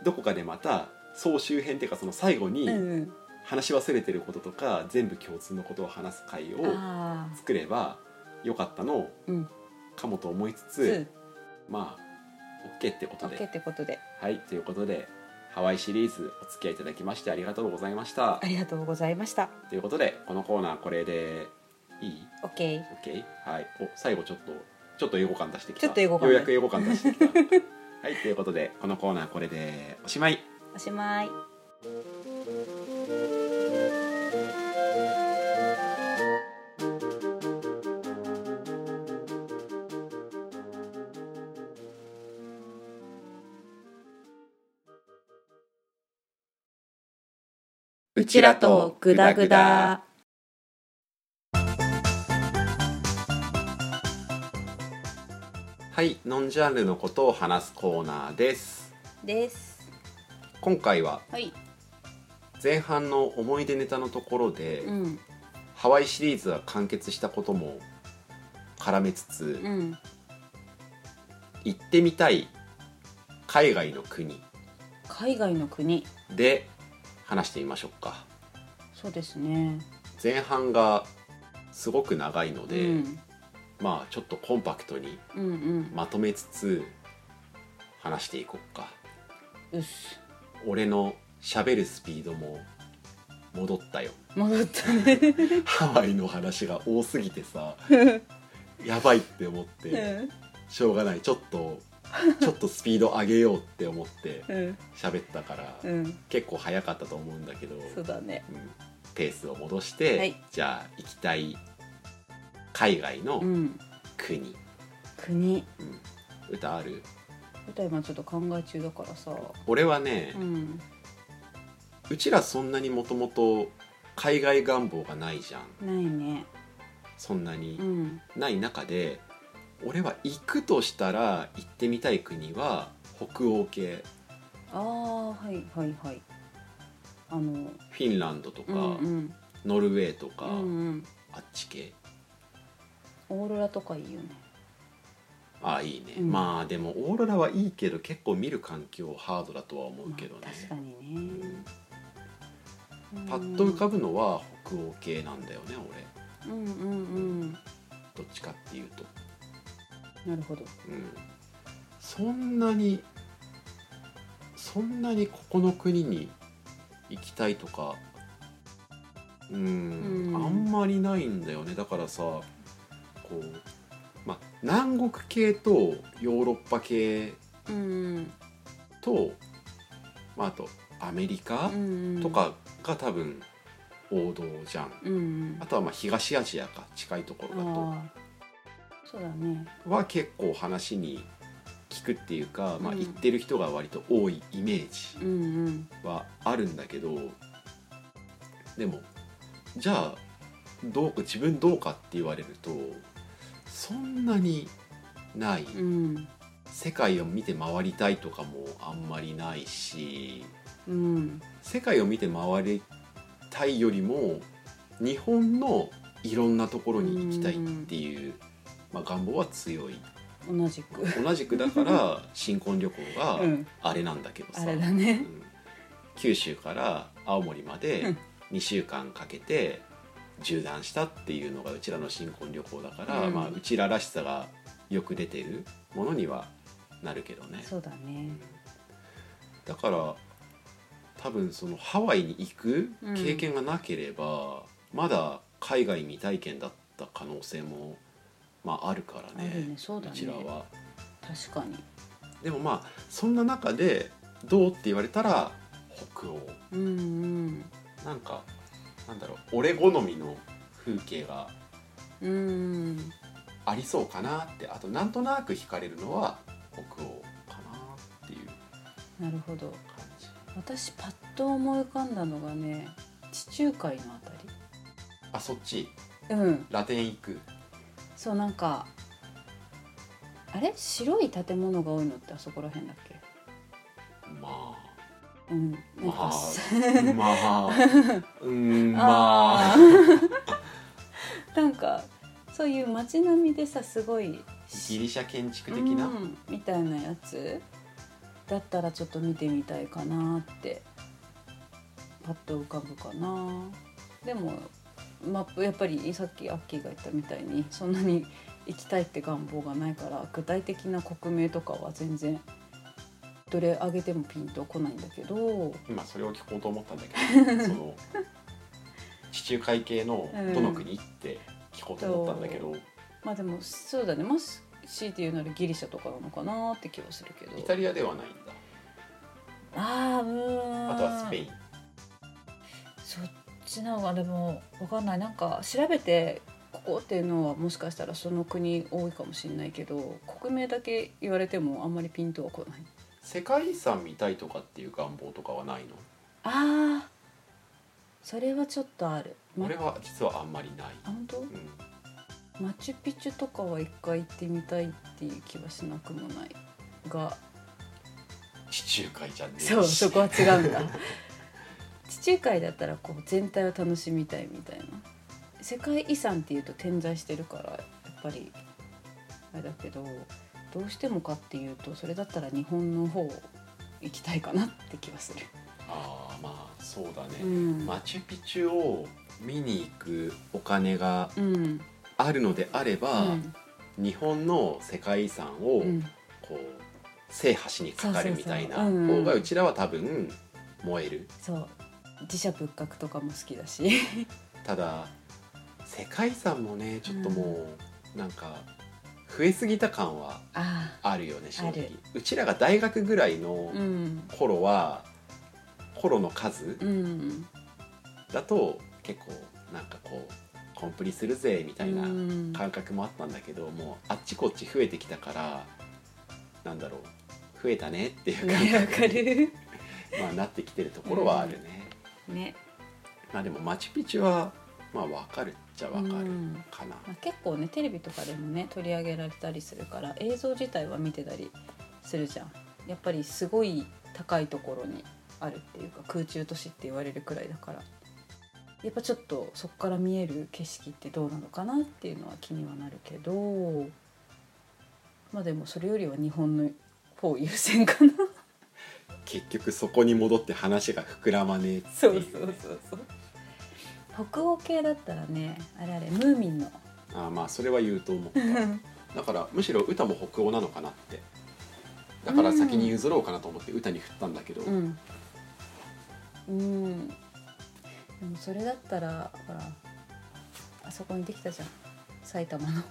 Speaker 1: どこかでまた総集編っていうかその最後に、
Speaker 2: うん。
Speaker 1: 話し忘れてることとか全部共通のことを話す会を
Speaker 2: ああ。
Speaker 1: 作ればよかったの
Speaker 2: うん。
Speaker 1: かもと思いつつ
Speaker 2: ツ
Speaker 1: まあ OK ってこ
Speaker 2: ー。
Speaker 1: と
Speaker 2: オッケー
Speaker 1: で
Speaker 2: ってことで、
Speaker 1: はいということでハワイシリーズお付き合いいただきましてありがとうございました
Speaker 2: ありがとうございました。
Speaker 1: ということでこのコーナーこれでいい
Speaker 2: オッケー。
Speaker 1: ?OK? はいお最後ちょっとちょっと英語感出してきた
Speaker 2: ちょっと英語感
Speaker 1: ようやく英語感出してきた はいということでこのコーナーこれでおしまい
Speaker 2: おしまい。うちらとグダグダ。
Speaker 1: はいノンジャンルのことを話すコーナーです
Speaker 2: です
Speaker 1: 今回は
Speaker 2: はい
Speaker 1: 前半の思い出ネタのところで、
Speaker 2: うん
Speaker 1: ハワイシリーズは完結したことも絡めつつ、
Speaker 2: うん
Speaker 1: 行ってみたい海外の国
Speaker 2: 海外の国
Speaker 1: で話してみましょうか
Speaker 2: そうですね
Speaker 1: 前半がすごく長いので、
Speaker 2: うん、
Speaker 1: まあちょっとコンパクトに
Speaker 2: うんうん
Speaker 1: まとめつつ話していこうか
Speaker 2: うっす
Speaker 1: 俺の喋るスピードも戻ったよ
Speaker 2: 戻ったね
Speaker 1: ハワイの話が多すぎて さやばいって思って、しょうがないちょっ とちょっとスピード上げようって思って
Speaker 2: うん
Speaker 1: 喋ったから、
Speaker 2: うん
Speaker 1: 結構早かったと思うんだけど、
Speaker 2: そうだね
Speaker 1: うんペースを戻して、
Speaker 2: はい
Speaker 1: じゃあ行きたい海外の
Speaker 2: うん
Speaker 1: 国、
Speaker 2: 国
Speaker 1: 歌ある
Speaker 2: 歌今ちょっと考え中だからさ
Speaker 1: 俺はね
Speaker 2: う、ん
Speaker 1: うちらそんなにもともと海外願望がないじゃん
Speaker 2: ないね
Speaker 1: そんなに
Speaker 2: うん
Speaker 1: ない中で俺は行くとしたら行ってみたい国は北欧系
Speaker 2: ああはいはいはいあの
Speaker 1: フィンランドとか、
Speaker 2: うんうん
Speaker 1: ノルウェーとか、
Speaker 2: うんうん
Speaker 1: あっち系
Speaker 2: オーロラとかいいよね
Speaker 1: あいいね、
Speaker 2: うん
Speaker 1: まあでもオーロラはいいけど結構見る環境ハードだとは思うけどね、
Speaker 2: まあ確かにね
Speaker 1: うんパッと浮かぶのは北欧系なんだよね俺
Speaker 2: うんうんうん
Speaker 1: どっちかっていうと、
Speaker 2: なるほど
Speaker 1: うん、そんなにそんなにここの国に行きたいとかう
Speaker 2: う
Speaker 1: ん、
Speaker 2: ん
Speaker 1: あんまりないんだよねだからさこうまあ南国系とヨーロッパ系
Speaker 2: うん
Speaker 1: と、まあ、あとアメリカ
Speaker 2: うん
Speaker 1: とかが多分王道じゃん、
Speaker 2: うんうん
Speaker 1: あとはまあ東アジアか近いところだと
Speaker 2: あーそうだね
Speaker 1: は結構話に聞くっていうか、まあ、
Speaker 2: うん
Speaker 1: 言ってる人が割と多いイメー
Speaker 2: う
Speaker 1: ジ
Speaker 2: んうん
Speaker 1: はあるんだけどでもじゃあどう自分どうかって言われるとそんなにない、
Speaker 2: うん
Speaker 1: 世界を見て回りたいとかもあんまりないし
Speaker 2: うん
Speaker 1: 世界を見て回りたいよりも日本のいろんなところに行きたいっていう、まあ、願望は強い
Speaker 2: 同じく
Speaker 1: 同じくだから 新婚旅行が
Speaker 2: うん
Speaker 1: あれなんだけどさ、
Speaker 2: あれだね
Speaker 1: うん九州から青森ま
Speaker 2: う
Speaker 1: で
Speaker 2: ん
Speaker 1: 2週間かけて縦断したっていうのがうちらの新婚旅行だから、う
Speaker 2: うん
Speaker 1: まあ、うちららしさがよく出てるものにはなるけどね。
Speaker 2: そうだね
Speaker 1: だから多分そのハワイに行く経験がなければ、まだ海外未体験だった可能性も、まあ、あるから
Speaker 2: あ
Speaker 1: ね
Speaker 2: るねそうだね
Speaker 1: ちらは。
Speaker 2: 確かに
Speaker 1: でもまあそんな中でどうって言われたら北欧
Speaker 2: うんうん
Speaker 1: なんかなんだろう俺好みの風景が
Speaker 2: うん
Speaker 1: ありそうかなってあとなんとなく惹かれるのは北欧かなっていう
Speaker 2: なるほど
Speaker 1: 感じ。
Speaker 2: 私パッと思い浮かんだのがね地中海のあた
Speaker 1: あそっち
Speaker 2: りうん
Speaker 1: ラテン行く
Speaker 2: そうなんかあれ白い建物が多いのってあそこら辺だっけ
Speaker 1: まあ
Speaker 2: うんなん
Speaker 1: ま
Speaker 2: か
Speaker 1: あ、まあ、うん、ま
Speaker 2: あ
Speaker 1: あ、
Speaker 2: なんかそういう街並みでさすごい
Speaker 1: ギリシャ建築的な、
Speaker 2: うんみたいなやつだったらちょっと見てみたいかなってパッと浮かぶかなでもマップやっぱりさっきアッキーが言ったみたいにそんなに行きたいって願望がないから具体的な国名とかは全然どれ上げてもピンとこないんだけど
Speaker 1: 今それを聞こうと思ったんだけ ど、その地中海系のどの国って聞こうと思ったんだけど、
Speaker 2: まあでもそうだねもし強いて言うならギリシャとかなのかなって気はするけど
Speaker 1: イタリアではないんだ。
Speaker 2: ああうーん
Speaker 1: あとはスペイン。
Speaker 2: そっちの方がでもわかんないなんか調べてここっていうのはもしかしたらその国多いかもしれないけど国名だけ言われてもあんまりピンとは来ない
Speaker 1: 世界遺産見たいとかっていう願望とかはないの？
Speaker 2: あそれはちょっとある、ま
Speaker 1: 俺は実はあんまりない、
Speaker 2: あ本当
Speaker 1: うん、
Speaker 2: マチュピチュとかは一回行ってみたいっていう気はしなくもないが
Speaker 1: 地中海じゃねえし
Speaker 2: そうそこは違うん だ地中海だったらこう全体を楽しみたいみたいな世界遺産っていうと点在してるからやっぱりあれだけどどうしてもかっていうとそれだったら日本の方行きたいかなって気はする、
Speaker 1: ああまあそうだね、
Speaker 2: うん
Speaker 1: マチュピチュを見に行くお金が
Speaker 2: うん
Speaker 1: あるのであれば、
Speaker 2: うん
Speaker 1: 日本の世界遺産を、
Speaker 2: うん
Speaker 1: こう制覇しにかかるみたいな
Speaker 2: そうそうそううん
Speaker 1: 方がうちらは多分燃える
Speaker 2: そう自社仏閣とかも好きだし
Speaker 1: ただ世界遺産もねちょっともうなんか増えすぎた感は
Speaker 2: あ
Speaker 1: あるよね正
Speaker 2: あ
Speaker 1: 直
Speaker 2: る
Speaker 1: うちらが大学ぐらい
Speaker 2: あ
Speaker 1: の
Speaker 2: うん
Speaker 1: 頃は頃の数
Speaker 2: うん
Speaker 1: だと結構なんかこうコンプリするぜみたいな
Speaker 2: うん
Speaker 1: 感覚もあったんだけどもうあっちこっち増えてきたからなんだろう増えたねっていう感
Speaker 2: ねわか
Speaker 1: 覚に
Speaker 2: る
Speaker 1: まあなってきてるところはあるね、
Speaker 2: ね、
Speaker 1: まあでもマチュピチュはまあわかるっちゃわか
Speaker 2: う
Speaker 1: る
Speaker 2: ん
Speaker 1: かな、
Speaker 2: まあ、結構ねテレビとかでもね取り上げられたりするから映像自体は見てたりするじゃんやっぱりすごい高いところにあるっていうか空中都市って言われるくらいだからやっぱちょっとそこから見える景色ってどうなのかなっていうのは気にはなるけどまあでもそれよりは日本の方優先かな
Speaker 1: 結局そこに戻って話が膨らまねえっていう
Speaker 2: そうそうそうそう北欧系だったらねあれあれムーミンの
Speaker 1: ああまあそれは言うと 思っただからむしろ歌も北欧なのかなってだから先に譲ろうかなと思って歌に振ったんだけど、
Speaker 2: うん、うん、でもそれだったらほらあそこにできたじゃん埼玉の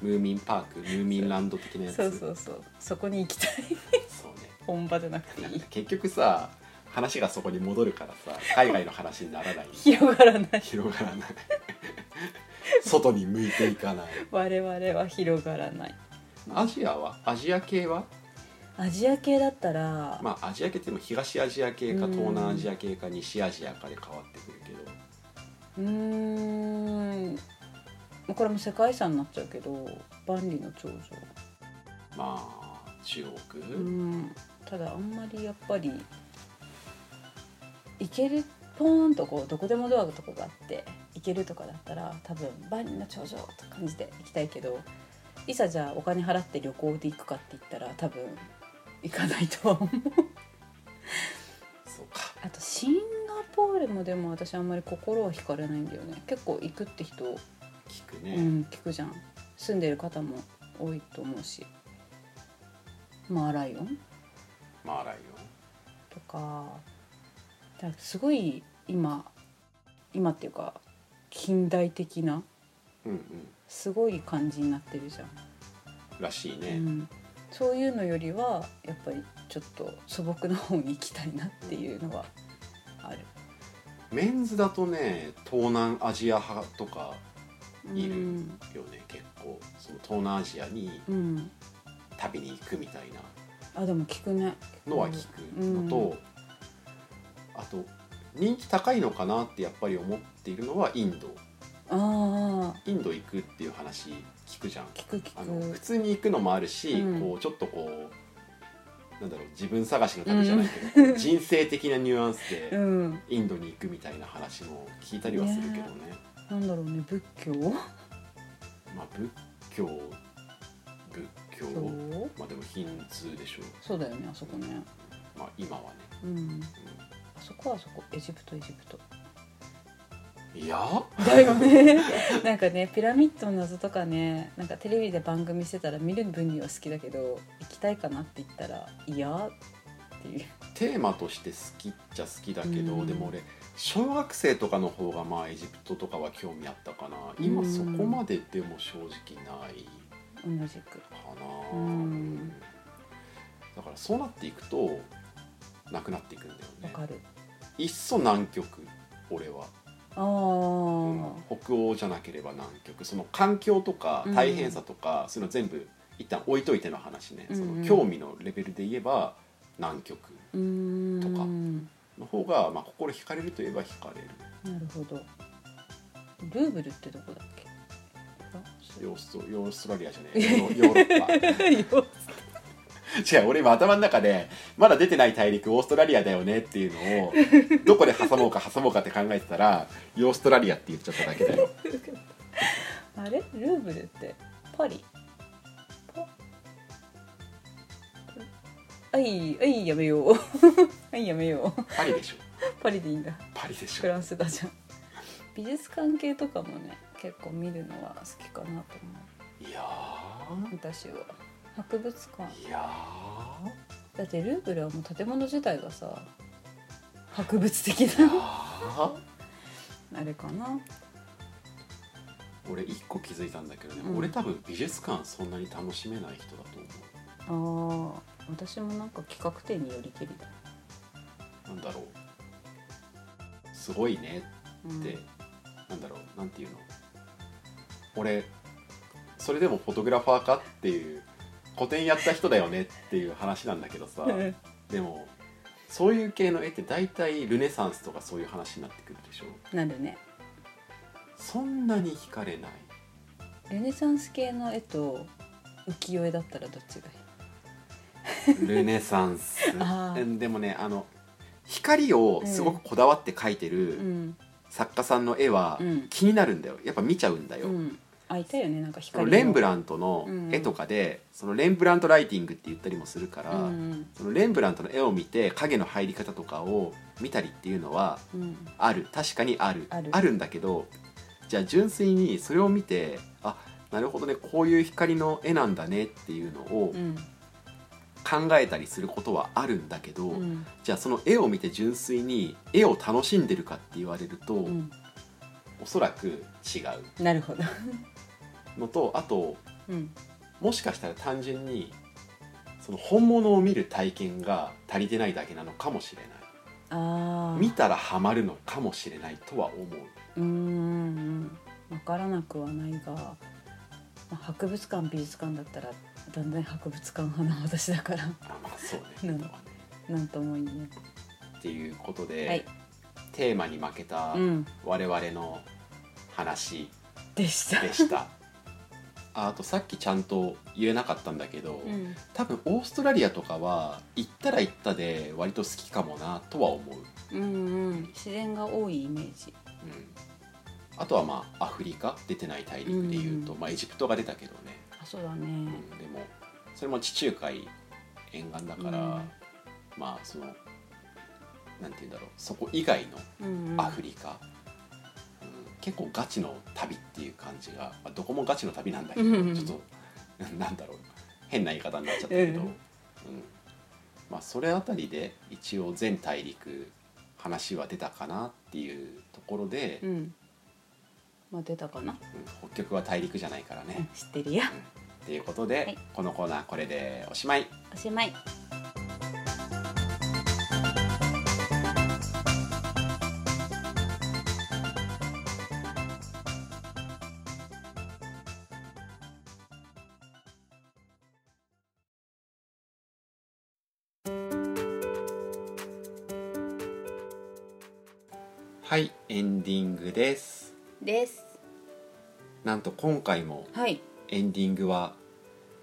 Speaker 1: ムーミンパークムーミンランド的なやつ
Speaker 2: そうそうそうそこに行きたい
Speaker 1: そうね
Speaker 2: 本場じゃなくてい
Speaker 1: なん
Speaker 2: い
Speaker 1: か結局さ話がそこに戻るからさ海外の話にならない
Speaker 2: 広がらない
Speaker 1: 広がらない外に向いていかない
Speaker 2: 我々は広がらない
Speaker 1: アジアはアジア系は
Speaker 2: アジア系だったら、
Speaker 1: まあアジア系って言っても東アジア系か
Speaker 2: うん
Speaker 1: 東南アジア系か西アジアかで変わってくるけど
Speaker 2: うーんこれも世界遺産になっちゃうけど万里の長城
Speaker 1: まあ中国、
Speaker 2: うんただあんまりやっぱり行けるポーンとこうどこでもドアとかがあって行けるとかだったら多分万里の長城って感じで行きたいけどいざじゃあお金払って旅行で行くかって言ったら多分行かないとは思う
Speaker 1: そうか
Speaker 2: あとシンガポールもでも私あんまり心は惹かれないんだよね結構行くって人、
Speaker 1: 聞く
Speaker 2: う
Speaker 1: ね、
Speaker 2: ん、聞くじゃん住んでる方も多いと思うしまあライオン
Speaker 1: まあライ
Speaker 2: とかだからすごい今今っていうか近代的な
Speaker 1: オンうん
Speaker 2: すごい感じになってるじゃん、
Speaker 1: うんらしいね、
Speaker 2: うん、そういうのよりはやっぱりちょっと素朴な方に行きたいなっていうのはある、
Speaker 1: メンズだとね東南アジア派とか
Speaker 2: うん、
Speaker 1: いるよね、結構その東南アジアに
Speaker 2: うん
Speaker 1: 旅に行くみたいな
Speaker 2: あでも聞くね
Speaker 1: のは聞くのと、
Speaker 2: う
Speaker 1: あと人気高いのかなってやっぱり思っているのはインド
Speaker 2: ああ
Speaker 1: インド行くっていう話聞くじゃん
Speaker 2: 聞く
Speaker 1: あの
Speaker 2: 聞
Speaker 1: 普
Speaker 2: く
Speaker 1: 通に行くのもあるし、
Speaker 2: うん
Speaker 1: こうちょっとこうなんだろう自分探しの旅じゃないけど、こう人生的なニュアンス
Speaker 2: う
Speaker 1: で
Speaker 2: ん
Speaker 1: インドに行くみたいな話も聞いたりはするけどね、
Speaker 2: なんだろうね仏教
Speaker 1: まあ、仏教仏教
Speaker 2: そう
Speaker 1: まあでもヒンズーでしょ
Speaker 2: そうだよねあそこね
Speaker 1: う、まあ、今はね、
Speaker 2: うん
Speaker 1: う
Speaker 2: あそこはあそこエジプトエジプト
Speaker 1: んいや
Speaker 2: だよね なんかねピラミッドの謎とかねなんかテレビで番組してたら見る分には好きだけど行きたいかなって言ったら嫌っていう
Speaker 1: テーマとして好きっちゃ好きだけど、
Speaker 2: うん
Speaker 1: でも俺小学生とかの方がまあエジプトとかは興味あったかな今
Speaker 2: うん
Speaker 1: そこまででも正直ない
Speaker 2: 同じく
Speaker 1: かな、
Speaker 2: うん
Speaker 1: だからそうなっていくとなくなっていくんだよ
Speaker 2: わ
Speaker 1: ね
Speaker 2: かる
Speaker 1: いっそ南極俺は、
Speaker 2: ああ、
Speaker 1: 北欧じゃなければ南極その環境とか
Speaker 2: うん
Speaker 1: 大変さとか、そういうの全部一旦置いといての話ね、
Speaker 2: うんうん
Speaker 1: その興味のレベルで言えば南極
Speaker 2: うーん
Speaker 1: とかの方が、まあ、心惹かれるといえば惹かれる
Speaker 2: なるほどルーブルってどこだっけ
Speaker 1: ヨーストヨーストラリアじゃねえヨーヨーロッパ違う俺今頭の中でまだ出てない大陸オーストラリアだよねっていうのをどこで挟もうか挟もうかって考えてたらヨーストラリアって言っちゃっただけ だよ
Speaker 2: あれルーブルってパリパあいあいやめよう あいやめよう
Speaker 1: パリでしょ
Speaker 2: パリでいいんだ
Speaker 1: パリでし
Speaker 2: フ
Speaker 1: ょ
Speaker 2: ランスだじゃん美術関係とかもね結構見るのは好きかなと思う
Speaker 1: いやー
Speaker 2: 私は博物館
Speaker 1: いや
Speaker 2: だってルーブルはもう建物自体がさ博物的
Speaker 1: ーいや
Speaker 2: な
Speaker 1: ー
Speaker 2: あれかな
Speaker 1: 俺一個気づいたんだけどね、
Speaker 2: うん
Speaker 1: 俺多分美術館そんなに楽しめない人だと思う
Speaker 2: あー私もなんか企画展によりけりだ、
Speaker 1: なんだろうすごいね
Speaker 2: うん
Speaker 1: って、なんだろうなんていうの俺それでもフォトグラファーかっていう個展やった人だよねっていう話なんだけどさでもそういう系の絵って大体ルネサンスとかそういう話になってくるでしょ
Speaker 2: なるね
Speaker 1: そんなに惹かれない
Speaker 2: ルネサンス系の絵と浮世絵だったらどっちがいい
Speaker 1: ルネサンス
Speaker 2: あー
Speaker 1: でもねあの光をすごくこだわって描いて
Speaker 2: う
Speaker 1: る
Speaker 2: ん
Speaker 1: 作家さんの絵は
Speaker 2: うん
Speaker 1: 気になるんだよやっぱ見ちゃうんだよ、
Speaker 2: うんあいたよねなんか
Speaker 1: その
Speaker 2: 光
Speaker 1: レンブ
Speaker 2: ラ
Speaker 1: ラントの絵とかで、そのレンブラントライティングって言ったりもするから、
Speaker 2: うん
Speaker 1: そのレンブラントの絵を見て影の入り方とかを見たりっていうのは
Speaker 2: うん
Speaker 1: ある確かにある
Speaker 2: ある
Speaker 1: んだけどじゃあ純粋にそれを見てあなるほどねこういう光の絵なんだねっていうのを
Speaker 2: うん
Speaker 1: 考えたりすることはあるんだけど、
Speaker 2: うん
Speaker 1: じゃあその絵を見て純粋に絵を楽しんでるかって言われると、
Speaker 2: うん
Speaker 1: おそらく違
Speaker 2: なるほど
Speaker 1: うのとあと
Speaker 2: うん
Speaker 1: もしかしたら単純にその本物を見る体験が足りてないだけなのかもしれない
Speaker 2: あ
Speaker 1: 見
Speaker 2: あ
Speaker 1: たらハマるのかもしれないとは思う
Speaker 2: うーんわからなくはないが、まあ、博物館美術館だったらだんだん博物館派な私だから
Speaker 1: あまあそう
Speaker 2: う
Speaker 1: ね
Speaker 2: ん
Speaker 1: だわね
Speaker 2: なんともいいね
Speaker 1: っていうことで、
Speaker 2: はい
Speaker 1: テーマに負けた
Speaker 2: うん
Speaker 1: 我々の話
Speaker 2: でした
Speaker 1: でした、 ああとさっきちゃんと言えなかったんだけど、
Speaker 2: うん
Speaker 1: 多分オーストラリアとかは行ったら行ったで割と好きかもなとは思う、うん、
Speaker 2: うんうん自然が多いイメージ
Speaker 1: あとはまあアフリカ出てない大陸でいうと、
Speaker 2: うん
Speaker 1: まあ、エジプトが出たけどね、
Speaker 2: あそうだ
Speaker 1: う
Speaker 2: ね
Speaker 1: ん、でもそれも地中海沿岸だから、
Speaker 2: うん
Speaker 1: まあそのなんて言うんだろうそこ以外
Speaker 2: うんうん
Speaker 1: のアフリカ、うん結構ガチの旅っていう感じが、まあ、どこもガチの旅なんだけど、
Speaker 2: うんうん
Speaker 1: ちょっと なんだろう変な言い方になっちゃったけど、
Speaker 2: うん
Speaker 1: うんまあそれあたりで一応全大陸話は出たかなっていうところで、
Speaker 2: うんまあ出たかな
Speaker 1: うん北極は大陸じゃないからね。
Speaker 2: 知ってるや
Speaker 1: っていうことで、
Speaker 2: はい
Speaker 1: このコーナーこれでおしまい。
Speaker 2: おしまい
Speaker 1: はい、エンディングです。
Speaker 2: です
Speaker 1: なんと今回も
Speaker 2: はい
Speaker 1: エンディングは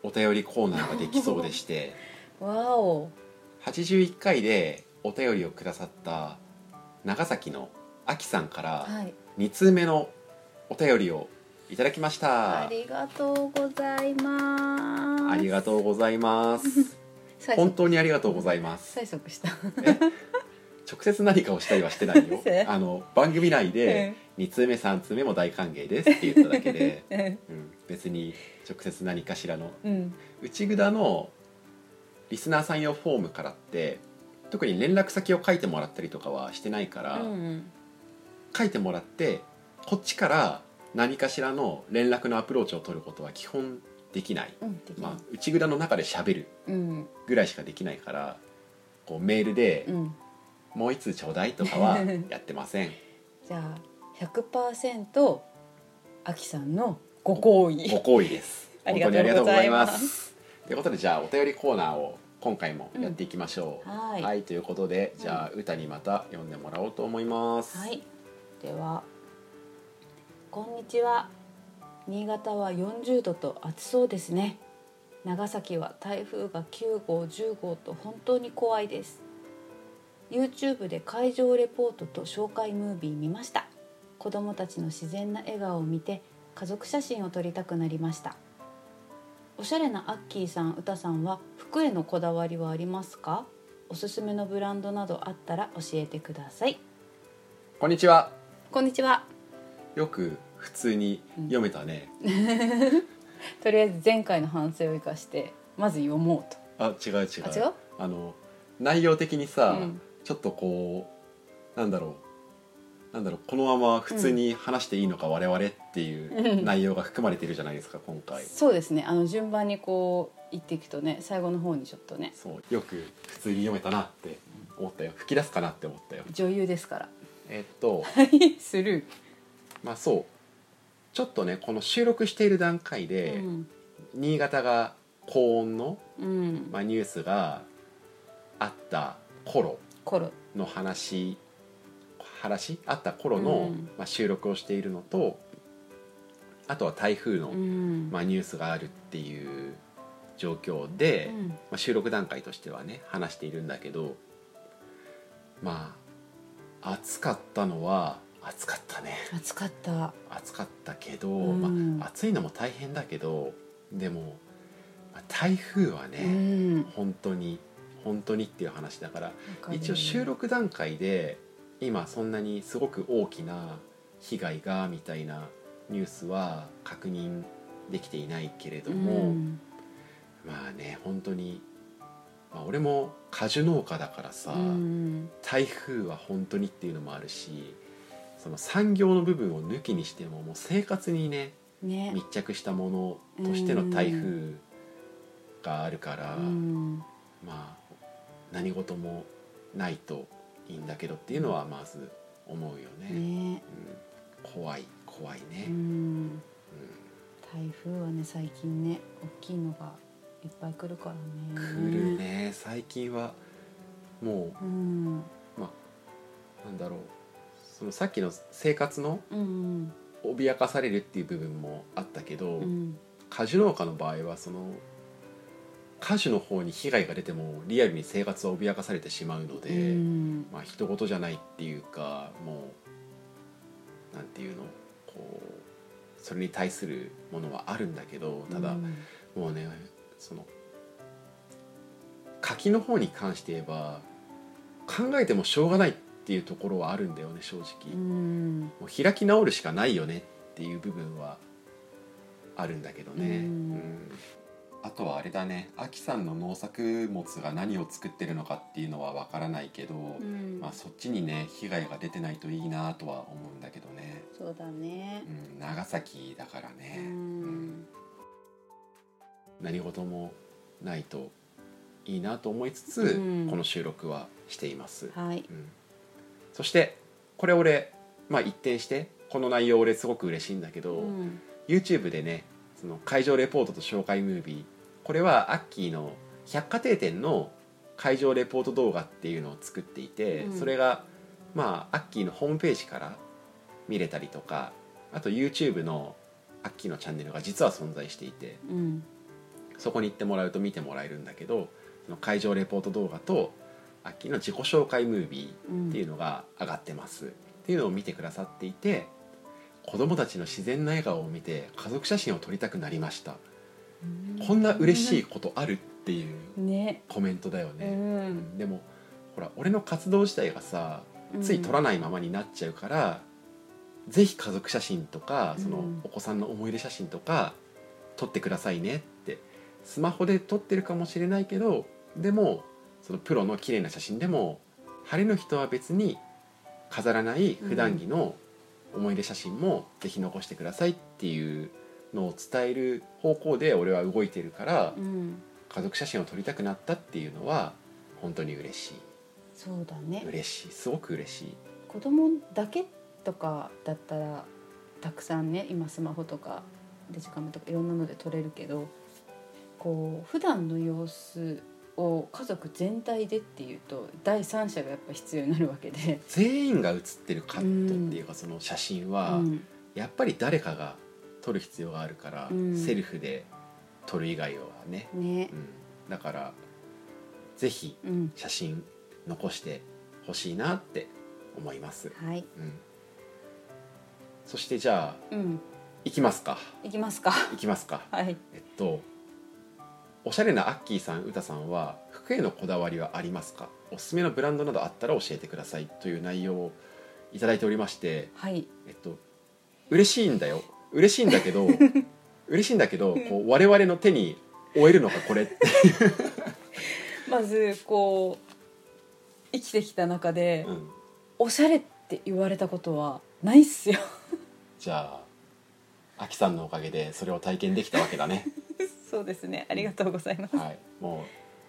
Speaker 1: お便りコーナーができそうでして
Speaker 2: わお
Speaker 1: 81回でお便りをくださった長崎のあきさんから
Speaker 2: はい
Speaker 1: 2通目のお便りをいただきました
Speaker 2: ありがとうございます
Speaker 1: ありがとうございます
Speaker 2: 催
Speaker 1: 本
Speaker 2: 促
Speaker 1: 当にありがとうございます
Speaker 2: 催促した
Speaker 1: 直接何かをしたりはしてないよ
Speaker 2: せ、
Speaker 1: あの番組内で2通目3通目も大歓迎ですって言っただけで
Speaker 2: うん
Speaker 1: うん、別に直接何かしらの
Speaker 2: うん
Speaker 1: 内札のリスナーさん用フォームからって特に連絡先を書いてもらったりとかはしてないから、
Speaker 2: うん
Speaker 1: 書いてもらってこっちから何かしらの連絡のアプローチを取ることは基本できない、
Speaker 2: うんできる
Speaker 1: まあ、内札の中で喋る
Speaker 2: うん
Speaker 1: ぐらいしかできないからこうメールで
Speaker 2: うん
Speaker 1: 「もう一通ちょうだい」とかはやってませ ん
Speaker 2: じゃあ100%あきさんのご好意
Speaker 1: ご好意です
Speaker 2: ありがとうございます
Speaker 1: 本当にありがとうございますということでじゃあお便りコーナーを今回もやっていきましょう、
Speaker 2: うんはい
Speaker 1: ということでじゃあ、歌にまた読んでもらおうと思います、
Speaker 2: はい、ではこんにちは新潟は40度と暑そうですね長崎は台風が9号10号と本当に怖いです YouTube で会場レポートと紹介ムービー見ました子供たちの自然な笑顔を見て家族写真を撮りたくなりましたおしゃれなアッキーさん、うたさんは服へのこだわりはありますかおすすめのブランドなどあったら教えてください
Speaker 1: こんにちは
Speaker 2: こんにちは
Speaker 1: よく普通に読めたね、
Speaker 2: とりあえず前回の反省を生かしてまず読もうと
Speaker 1: あ違う違う
Speaker 2: あ違う
Speaker 1: あの内容的にさ、
Speaker 2: うん
Speaker 1: ちょっとこうなんだろうなんだろうこのまま普通に話していいのか我々っていう内容が含まれてるじゃないですか今回
Speaker 2: そうですねあの順番にこう言っていくとね最後の方にちょっとね
Speaker 1: そうよく普通に読めたなって思ったよ吹き出すかなって思ったよ
Speaker 2: 女優です から
Speaker 1: えっ と
Speaker 2: スル
Speaker 1: まあそうちょっとねこの収録している段階
Speaker 2: ー、
Speaker 1: で、新潟が高温の、
Speaker 2: うん、うん、
Speaker 1: まあ、ニュースがあった頃
Speaker 2: コロ
Speaker 1: の話話あった頃の、
Speaker 2: うん
Speaker 1: まあ、収録をしているのとあとは台風の、
Speaker 2: うん、
Speaker 1: まあ、ニュースがあるっていう状況で、
Speaker 2: うん
Speaker 1: まあ、収録段階としてはね話しているんだけどまあ暑かったのは暑かったね
Speaker 2: 暑かった
Speaker 1: 暑かったけど、
Speaker 2: うん
Speaker 1: まあ、暑いのも大変だけどでも、まあ、台風は
Speaker 2: う
Speaker 1: ね、
Speaker 2: ん
Speaker 1: 本当に本当にっていう話だから
Speaker 2: わかる
Speaker 1: 一応収録段階で今そんなにすごく大きな被害がみたいなニュースは確認できていないけれども、
Speaker 2: うん
Speaker 1: まあね本当に、まあ、俺も果樹農家だからさ、
Speaker 2: うん
Speaker 1: 台風は本当にっていうのもあるしその産業の部分を抜きにしてももう生活にね
Speaker 2: ね
Speaker 1: 密着したものとしての台風があるから、
Speaker 2: うん
Speaker 1: まあ何事もないといいんだけどっていうのはまず思うよね、
Speaker 2: ね
Speaker 1: うん、怖い怖いね、
Speaker 2: う
Speaker 1: うん
Speaker 2: ん台風はね最近ね大きいのがいっぱい来るからね
Speaker 1: 来るね最近はも
Speaker 2: うん
Speaker 1: うなんだろうそのさっきの生活の
Speaker 2: うん
Speaker 1: 脅かされるっていう部分もあったけど、
Speaker 2: うんうん
Speaker 1: 果樹農家の場合はその果樹の方に被害が出てもリアルに生活は脅かされてしまうので、
Speaker 2: うん
Speaker 1: まあ一事じゃないっていうかもうなんていうのこうそれに対するものはあるんだけどただ、
Speaker 2: うん
Speaker 1: もうねその柿の方に関して言えば考えてもしょうがないっていうところはあるんだよね正直、
Speaker 2: うん
Speaker 1: もう開き直るしかないよねっていう部分はあるんだけどね、
Speaker 2: うん
Speaker 1: うんあとはあれだねアキさんの農作物が何を作ってるのかっていうのはわからないけど、
Speaker 2: うん
Speaker 1: まあ、そっちにね被害が出てないといいなとは思うんだけどね、
Speaker 2: そうだね
Speaker 1: う。ん、長崎だからね、
Speaker 2: うん
Speaker 1: 何事もないといいなと思いつつ、
Speaker 2: うん
Speaker 1: この収録はしています、
Speaker 2: はい。
Speaker 1: うんそしてこれ俺、まあ、一転してこの内容俺すごく嬉しいんだけど、
Speaker 2: うん。
Speaker 1: YouTube でねその会場レポートと紹介ムービーこれはアッキーの百貨店店の会場レポート動画っていうのを作っていて、
Speaker 2: うん
Speaker 1: それがまあアッキーのホームページから見れたりとかあと YouTube のアッキーのチャンネルが実は存在していて
Speaker 2: うん。
Speaker 1: そこに行ってもらうと見てもらえるんだけどその会場レポート動画とアッキーの自己紹介ムービー
Speaker 2: うん。
Speaker 1: っていうのが上がってます、っていうのを見てくださっていて子供たちの自然な笑顔を見て家族写真を撮りたくなりました、
Speaker 2: うん
Speaker 1: こんな嬉しい。ことあるっていう
Speaker 2: ね。
Speaker 1: コメントだよ
Speaker 2: う
Speaker 1: ね、
Speaker 2: ん。
Speaker 1: でもほら俺の活動自体がさつい撮らないままになっちゃうから、ぜひ家族写真とかその
Speaker 2: うん
Speaker 1: お子さんの思い出写真とか撮ってくださいねってスマホで撮ってるかもしれないけどでもそのプロの綺麗な写真でも晴れの人は別に飾らない普段着の思い出写真もぜひ残してくださいっていうのを伝える方向で俺は動いてるから
Speaker 2: うん。
Speaker 1: 家族写真を撮りたくなったっていうのは本当に嬉し
Speaker 2: そうだ
Speaker 1: い
Speaker 2: ね。
Speaker 1: 嬉しいすごく嬉しい。
Speaker 2: 子供だけとかだったらたくさんね、今スマホとかデジカメとかいろんなので撮れるけど、こう普段の様子を家族全体でっていうと第三者がやっぱ必要になるわけで、
Speaker 1: 全員が写ってるカットっていうか、その写真
Speaker 2: う
Speaker 1: は、
Speaker 2: ん、
Speaker 1: やっぱり誰かが撮る必要があるから、
Speaker 2: うん
Speaker 1: セルフで撮る以外はね、
Speaker 2: ね
Speaker 1: う、ん、だからぜひ
Speaker 2: うん、
Speaker 1: 写真残してほしいなって思います、
Speaker 2: はい、
Speaker 1: うん、そしてじゃ
Speaker 2: う
Speaker 1: あ
Speaker 2: ん、
Speaker 1: 行きますか
Speaker 2: いきますか、
Speaker 1: 行きますか
Speaker 2: はい、
Speaker 1: えっとおしゃれなアッキーさん、うたさんは服へのこだわりはありますかおすすめのブランドなどあったら教えてくださいという内容をいただいておりまして
Speaker 2: はい、
Speaker 1: えっと嬉しいんだよ嬉しいんだ けど嬉しいんだけどこう我々の手に負えるのかこれって
Speaker 2: まずこう生きてきた中で、
Speaker 1: うん
Speaker 2: おしゃれって言われたことはないっすよ。
Speaker 1: じゃあアキさんのおかげでそれを体験できたわけだね
Speaker 2: そうですね、ありがとうございます。
Speaker 1: はいも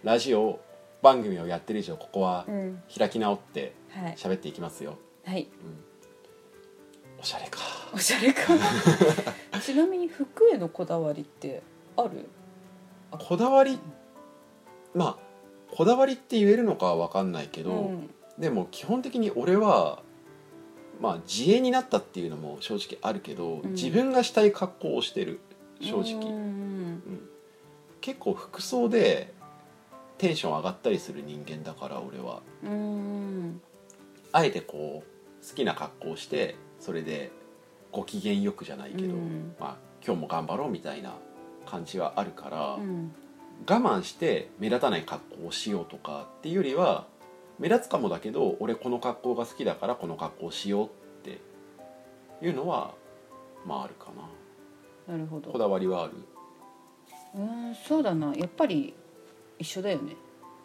Speaker 1: うラジオ番組をやってる以上ここは
Speaker 2: うん、
Speaker 1: 開き直って
Speaker 2: はい、
Speaker 1: 喋っていきますよ、
Speaker 2: はい、
Speaker 1: おしゃれか
Speaker 2: おしゃ れか。ちなみに服へのこだわりってある？
Speaker 1: こだわりまあこだわりって言えるのかは分かんないけど、
Speaker 2: うん、
Speaker 1: でも基本的に俺はまあ自営になったっていうのも正直あるけど、
Speaker 2: うん
Speaker 1: 自分がしたい格好をしてる正直、
Speaker 2: うん
Speaker 1: 結構服装でテンション上がったりする人間だから俺は
Speaker 2: うん、
Speaker 1: あえてこう好きな格好をしてそれでご機嫌よくじゃないけど、
Speaker 2: うん
Speaker 1: まあ今日も頑張ろうみたいな感じはあるから、
Speaker 2: うん、
Speaker 1: 我慢して目立たない格好をしようとかっていうよりは目立つかもだけど俺この格好が好きだからこの格好をしようっていうのはまああるかな
Speaker 2: なるほど
Speaker 1: こ。だわりはある
Speaker 2: うーんそうだなやっぱり一緒だよね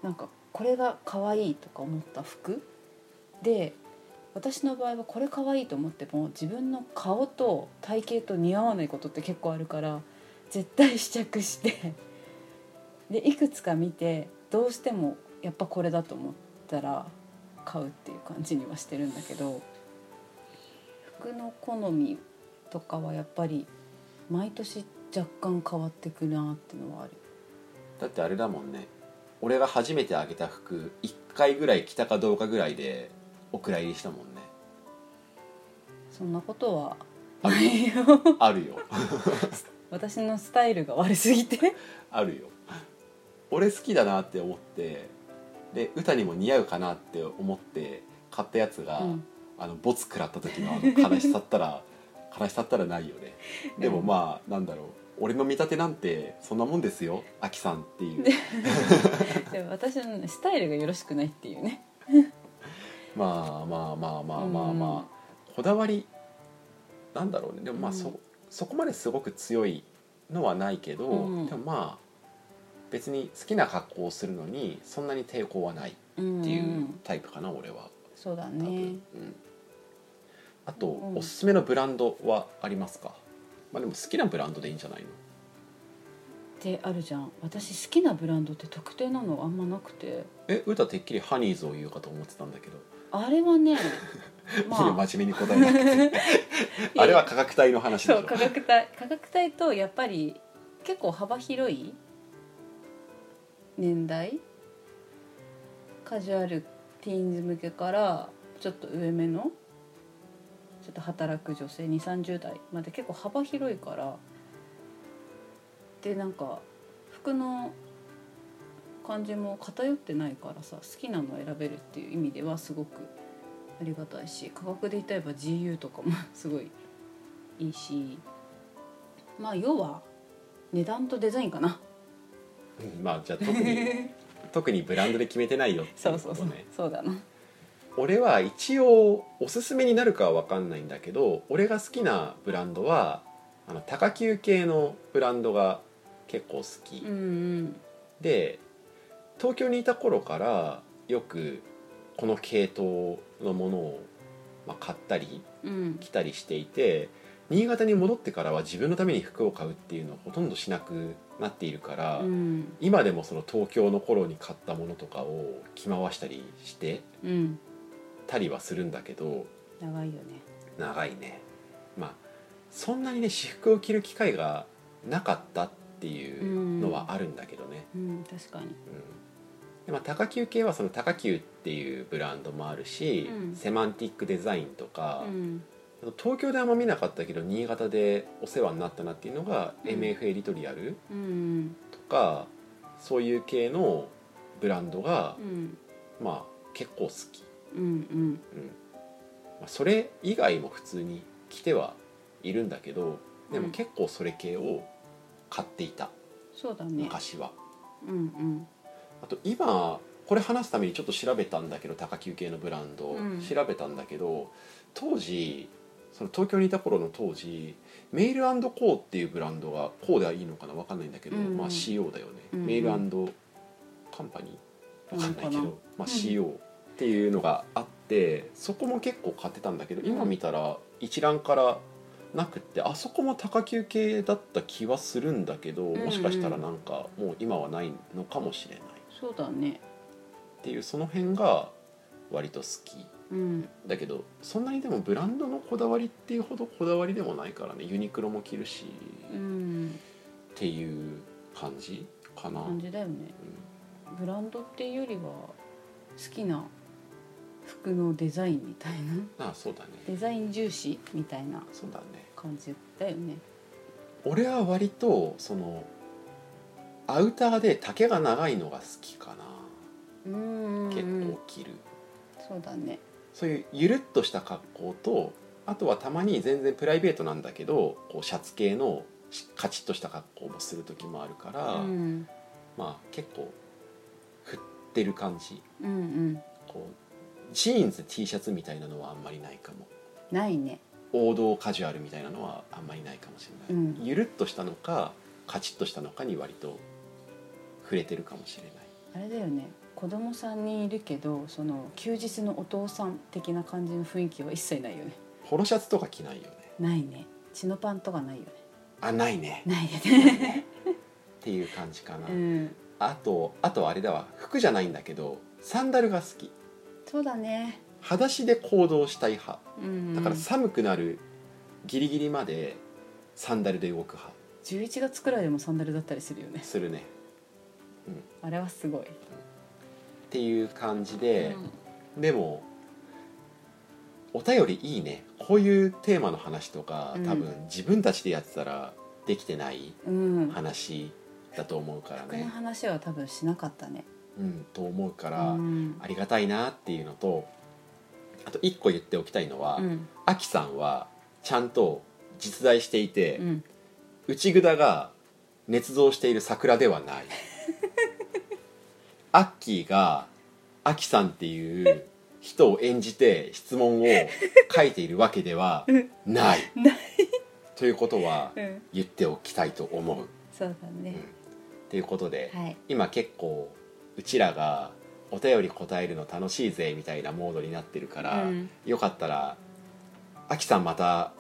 Speaker 2: なんかこれが可愛いとか思った服で私の場合はこれ可愛いと思っても自分の顔と体型と似合わないことって結構あるから絶対試着してでいくつか見てどうしてもやっぱこれだと思ったら買うっていう感じにはしてるんだけど服の好みとかはやっぱり毎年若干変わってくなってのはある
Speaker 1: だってあれだもんね俺が初めてあげた服1回ぐらい着たかどうかぐらいでお蔵入りしたもんね
Speaker 2: そんなことは
Speaker 1: ある
Speaker 2: ないよ
Speaker 1: あるよ
Speaker 2: 私のスタイルが悪すぎて
Speaker 1: あるよ俺好きだなって思ってで歌にも似合うかなって思って買ったやつが、
Speaker 2: うん
Speaker 1: あのボツ食らった時のあの悲しさったら 悲しさったらないよねでもまあなんだろう俺の見立てなんてそんなもんですよアキさんっていう
Speaker 2: でも私のねスタイルがよろしくないっていうね
Speaker 1: まあまあまあまあまあ
Speaker 2: うん
Speaker 1: まあこだわりなんだろうねでもまあ
Speaker 2: うん
Speaker 1: そ,、そこまですごく強いのはないけど、
Speaker 2: うん
Speaker 1: でもまあ別に好きな格好をするのにそんなに抵抗はないっ
Speaker 2: うん
Speaker 1: ていうタイプかな、俺は
Speaker 2: そうだ
Speaker 1: 多分、
Speaker 2: ね
Speaker 1: うん、あと、
Speaker 2: うん
Speaker 1: おすすめのブランドはありますかまあでも好きなブランドでいいんじゃないの
Speaker 2: であるじゃん私好きなブランドって特定なのあんまなくて
Speaker 1: え歌てっきりハニーズを言うかと思ってたんだけど、
Speaker 2: あれは ね
Speaker 1: 今真面目に答えな くてあれは価格帯の話でし
Speaker 2: そう
Speaker 1: ょ
Speaker 2: 価格帯価格帯とやっぱり結構幅広い年代カジュアルティーンズ向けからちょっと上目のちょっと働く女性2 3 0代まで結構幅広いからでなんか服の感じも偏ってないからさ好きなのを選べるっていう意味ではすごくありがたいし価格で言ったらやっぱ GU とかも すごいいいしまあ要は値段とデザインかな
Speaker 1: うんまあじゃあ特 に特にブランドで決めてないよっていうことね
Speaker 2: そうだな
Speaker 1: 俺は一応おすすめになるかは分かんないんだけど俺が好きなブランドはあの高級系のブランドが結構好き、
Speaker 2: うんうん
Speaker 1: で東京にいた頃からよくこの系統のものを、まあ、買ったり
Speaker 2: うん
Speaker 1: 来たりしていて新潟に戻ってからは自分のために服を買うっていうのをほとんどしなくなっているから、
Speaker 2: うん
Speaker 1: 今でもその東京の頃に買ったものとかを着回したりして
Speaker 2: うん
Speaker 1: たりはするんだけど
Speaker 2: 長いよね
Speaker 1: 長いねまあそんなにね私服を着る機会がなかったっていうのはあるんだけどね、
Speaker 2: うん確かに
Speaker 1: うんでまあ、高級系はその高級っていうブランドもあるし、
Speaker 2: うん
Speaker 1: セマンティックデザインとか
Speaker 2: う、ん
Speaker 1: あと東京であんま見なかったけど新潟でお世話になったなっていうのが、
Speaker 2: うん
Speaker 1: MFA リトリアル
Speaker 2: うん
Speaker 1: とかそういう系のブランドが
Speaker 2: う、ん
Speaker 1: まあ結構好き、
Speaker 2: うん
Speaker 1: うんまあ、それ以外も普通に着てはいるんだけどで
Speaker 2: う
Speaker 1: も
Speaker 2: ん
Speaker 1: 結構それ系を買っていた、
Speaker 2: そうだね
Speaker 1: 昔は。
Speaker 2: うんうん
Speaker 1: あと今これ話すためにちょっと調べたんだけど高級系のブランド、
Speaker 2: うん
Speaker 1: 調べたんだけど当時その東京にいた頃の当時メールコーっていうブランドがこうではいいのかな分かんないんだけど、
Speaker 2: うん
Speaker 1: まあ CO だよね、
Speaker 2: うん
Speaker 1: メールカンパニー分かんないけ
Speaker 2: な
Speaker 1: ど、
Speaker 2: のか
Speaker 1: まあ、
Speaker 2: ん
Speaker 1: CO っていうのがあってそこも結構買ってたんだけど今見たら一覧からなくってあそこも高級系だった気はするんだけどもしかしたらなんかもう今はないのかもしれない。
Speaker 2: そうだね
Speaker 1: っていうその辺が割と好き
Speaker 2: うん
Speaker 1: だけどそんなにでもブランドのこだわりっていうほどこだわりでもないからねユニクロも着るし
Speaker 2: う
Speaker 1: っ
Speaker 2: ん
Speaker 1: ていう感じかな、
Speaker 2: 感じだよねブランドっていうよりは好きな服のデザインみたいな
Speaker 1: ああそうだね
Speaker 2: デザイン重視みたいな
Speaker 1: そうだね
Speaker 2: 感じだよね
Speaker 1: 俺は割とそのアウターで丈が長いのが好きかな
Speaker 2: うん
Speaker 1: 結構着る、
Speaker 2: そうだね
Speaker 1: そういうゆるっとした格好とあとはたまに全然プライベートなんだけどこうシャツ系のしカチッとした格好もする時もあるか
Speaker 2: う
Speaker 1: ら、
Speaker 2: ん
Speaker 1: まあ結構振ってる感じ
Speaker 2: うんうん
Speaker 1: こうジーンズ T シャツみたいなのはあんまりないかも
Speaker 2: ないね
Speaker 1: 王道カジュアルみたいなのはあんまりないかもしれない、
Speaker 2: う
Speaker 1: ゆるっとしたのかカチッとしたのかに割と触れてるかもしれない
Speaker 2: あれだよね子供さんにいるけどその休日のお父さん的な感じの雰囲気は一切ないよね
Speaker 1: ポロシャツとか着ないよね
Speaker 2: ないね血のパンとかないよね
Speaker 1: あないね
Speaker 2: ないよね
Speaker 1: っていう感じか な、
Speaker 2: うん
Speaker 1: あとあとあれだわ服じゃないんだけどサンダルが好き
Speaker 2: そうだね
Speaker 1: 裸足で行動したい派
Speaker 2: うん
Speaker 1: だから寒くなるギリギリまでサンダルで動く派
Speaker 2: 11月くらいでもサンダルだったりするよね
Speaker 1: するね
Speaker 2: あれはすごい、
Speaker 1: っていう感じで、でもお便りいいねこういうテーマの話とか
Speaker 2: うん
Speaker 1: 多分自分たちでやってたらできてない
Speaker 2: うん、
Speaker 1: 話だと思うから
Speaker 2: 服の
Speaker 1: ね、
Speaker 2: 話は多分しなかったね
Speaker 1: うん、と思うか
Speaker 2: う
Speaker 1: ら
Speaker 2: ん
Speaker 1: ありがたいなっていうのとあと一個言っておきたいのは、
Speaker 2: うん
Speaker 1: あきさんはちゃんと実在していて、
Speaker 2: うん
Speaker 1: 内札が捏造している桜ではないアッキーがアキさんっていう人を演じて質問を書いているわけではない
Speaker 2: ない
Speaker 1: ということは
Speaker 2: うん
Speaker 1: 言っておきたいと思う。
Speaker 2: そうだね、
Speaker 1: ということで、
Speaker 2: はい
Speaker 1: 今結構うちらがお便り答えるの楽しいぜみたいなモードになってるから、
Speaker 2: うん
Speaker 1: よかったらあきさんまた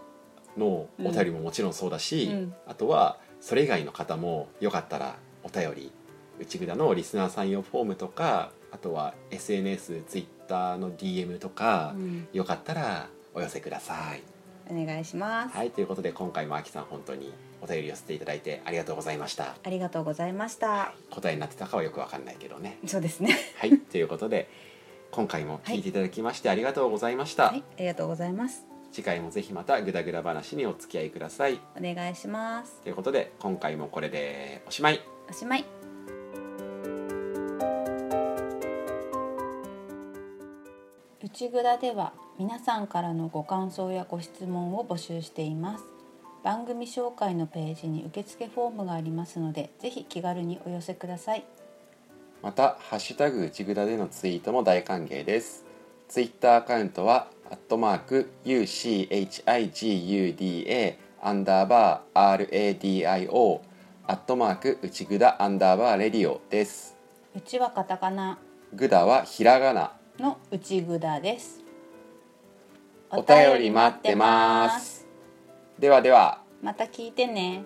Speaker 1: のお便りももちろんそうだし、
Speaker 2: うん
Speaker 1: あとはそれ以外の方もよかったらお便り内札のリスナーさん用フォームとかあとは SNSTwitter の DM とか、
Speaker 2: うん
Speaker 1: よかったらお寄せください。
Speaker 2: お願いします、
Speaker 1: はいということで今回もあきさん本当にお便り寄せていただいてありがとうございました。
Speaker 2: ありがとうございました
Speaker 1: 答えになってたかはよくわかんないけどね。
Speaker 2: そうですね
Speaker 1: はい、ということで今回も聞いていただきましてありがとうございました、
Speaker 2: はいありがとうございます
Speaker 1: 次回もぜひまたグダグダ話にお付き合いください
Speaker 2: お願いします
Speaker 1: ということで今回もこれでおしまい
Speaker 2: おしまい内蔵では皆さんからのご感想やご質問を募集しています番組紹介のページに受付フォームがありますのでぜひ気軽にお寄せください
Speaker 1: また「ハッシュタグ内蔵」でのツイートも大歓迎ですツイッターアカウントは「アットマーク #UCHIGUDA アンダーバー RADIO」「アットマーク内蔵アンダーバーレディオ」です
Speaker 2: うちはカタカナ
Speaker 1: グダはひらがな
Speaker 2: の内蔵です
Speaker 1: お便り待ってますではでは
Speaker 2: また聞いてね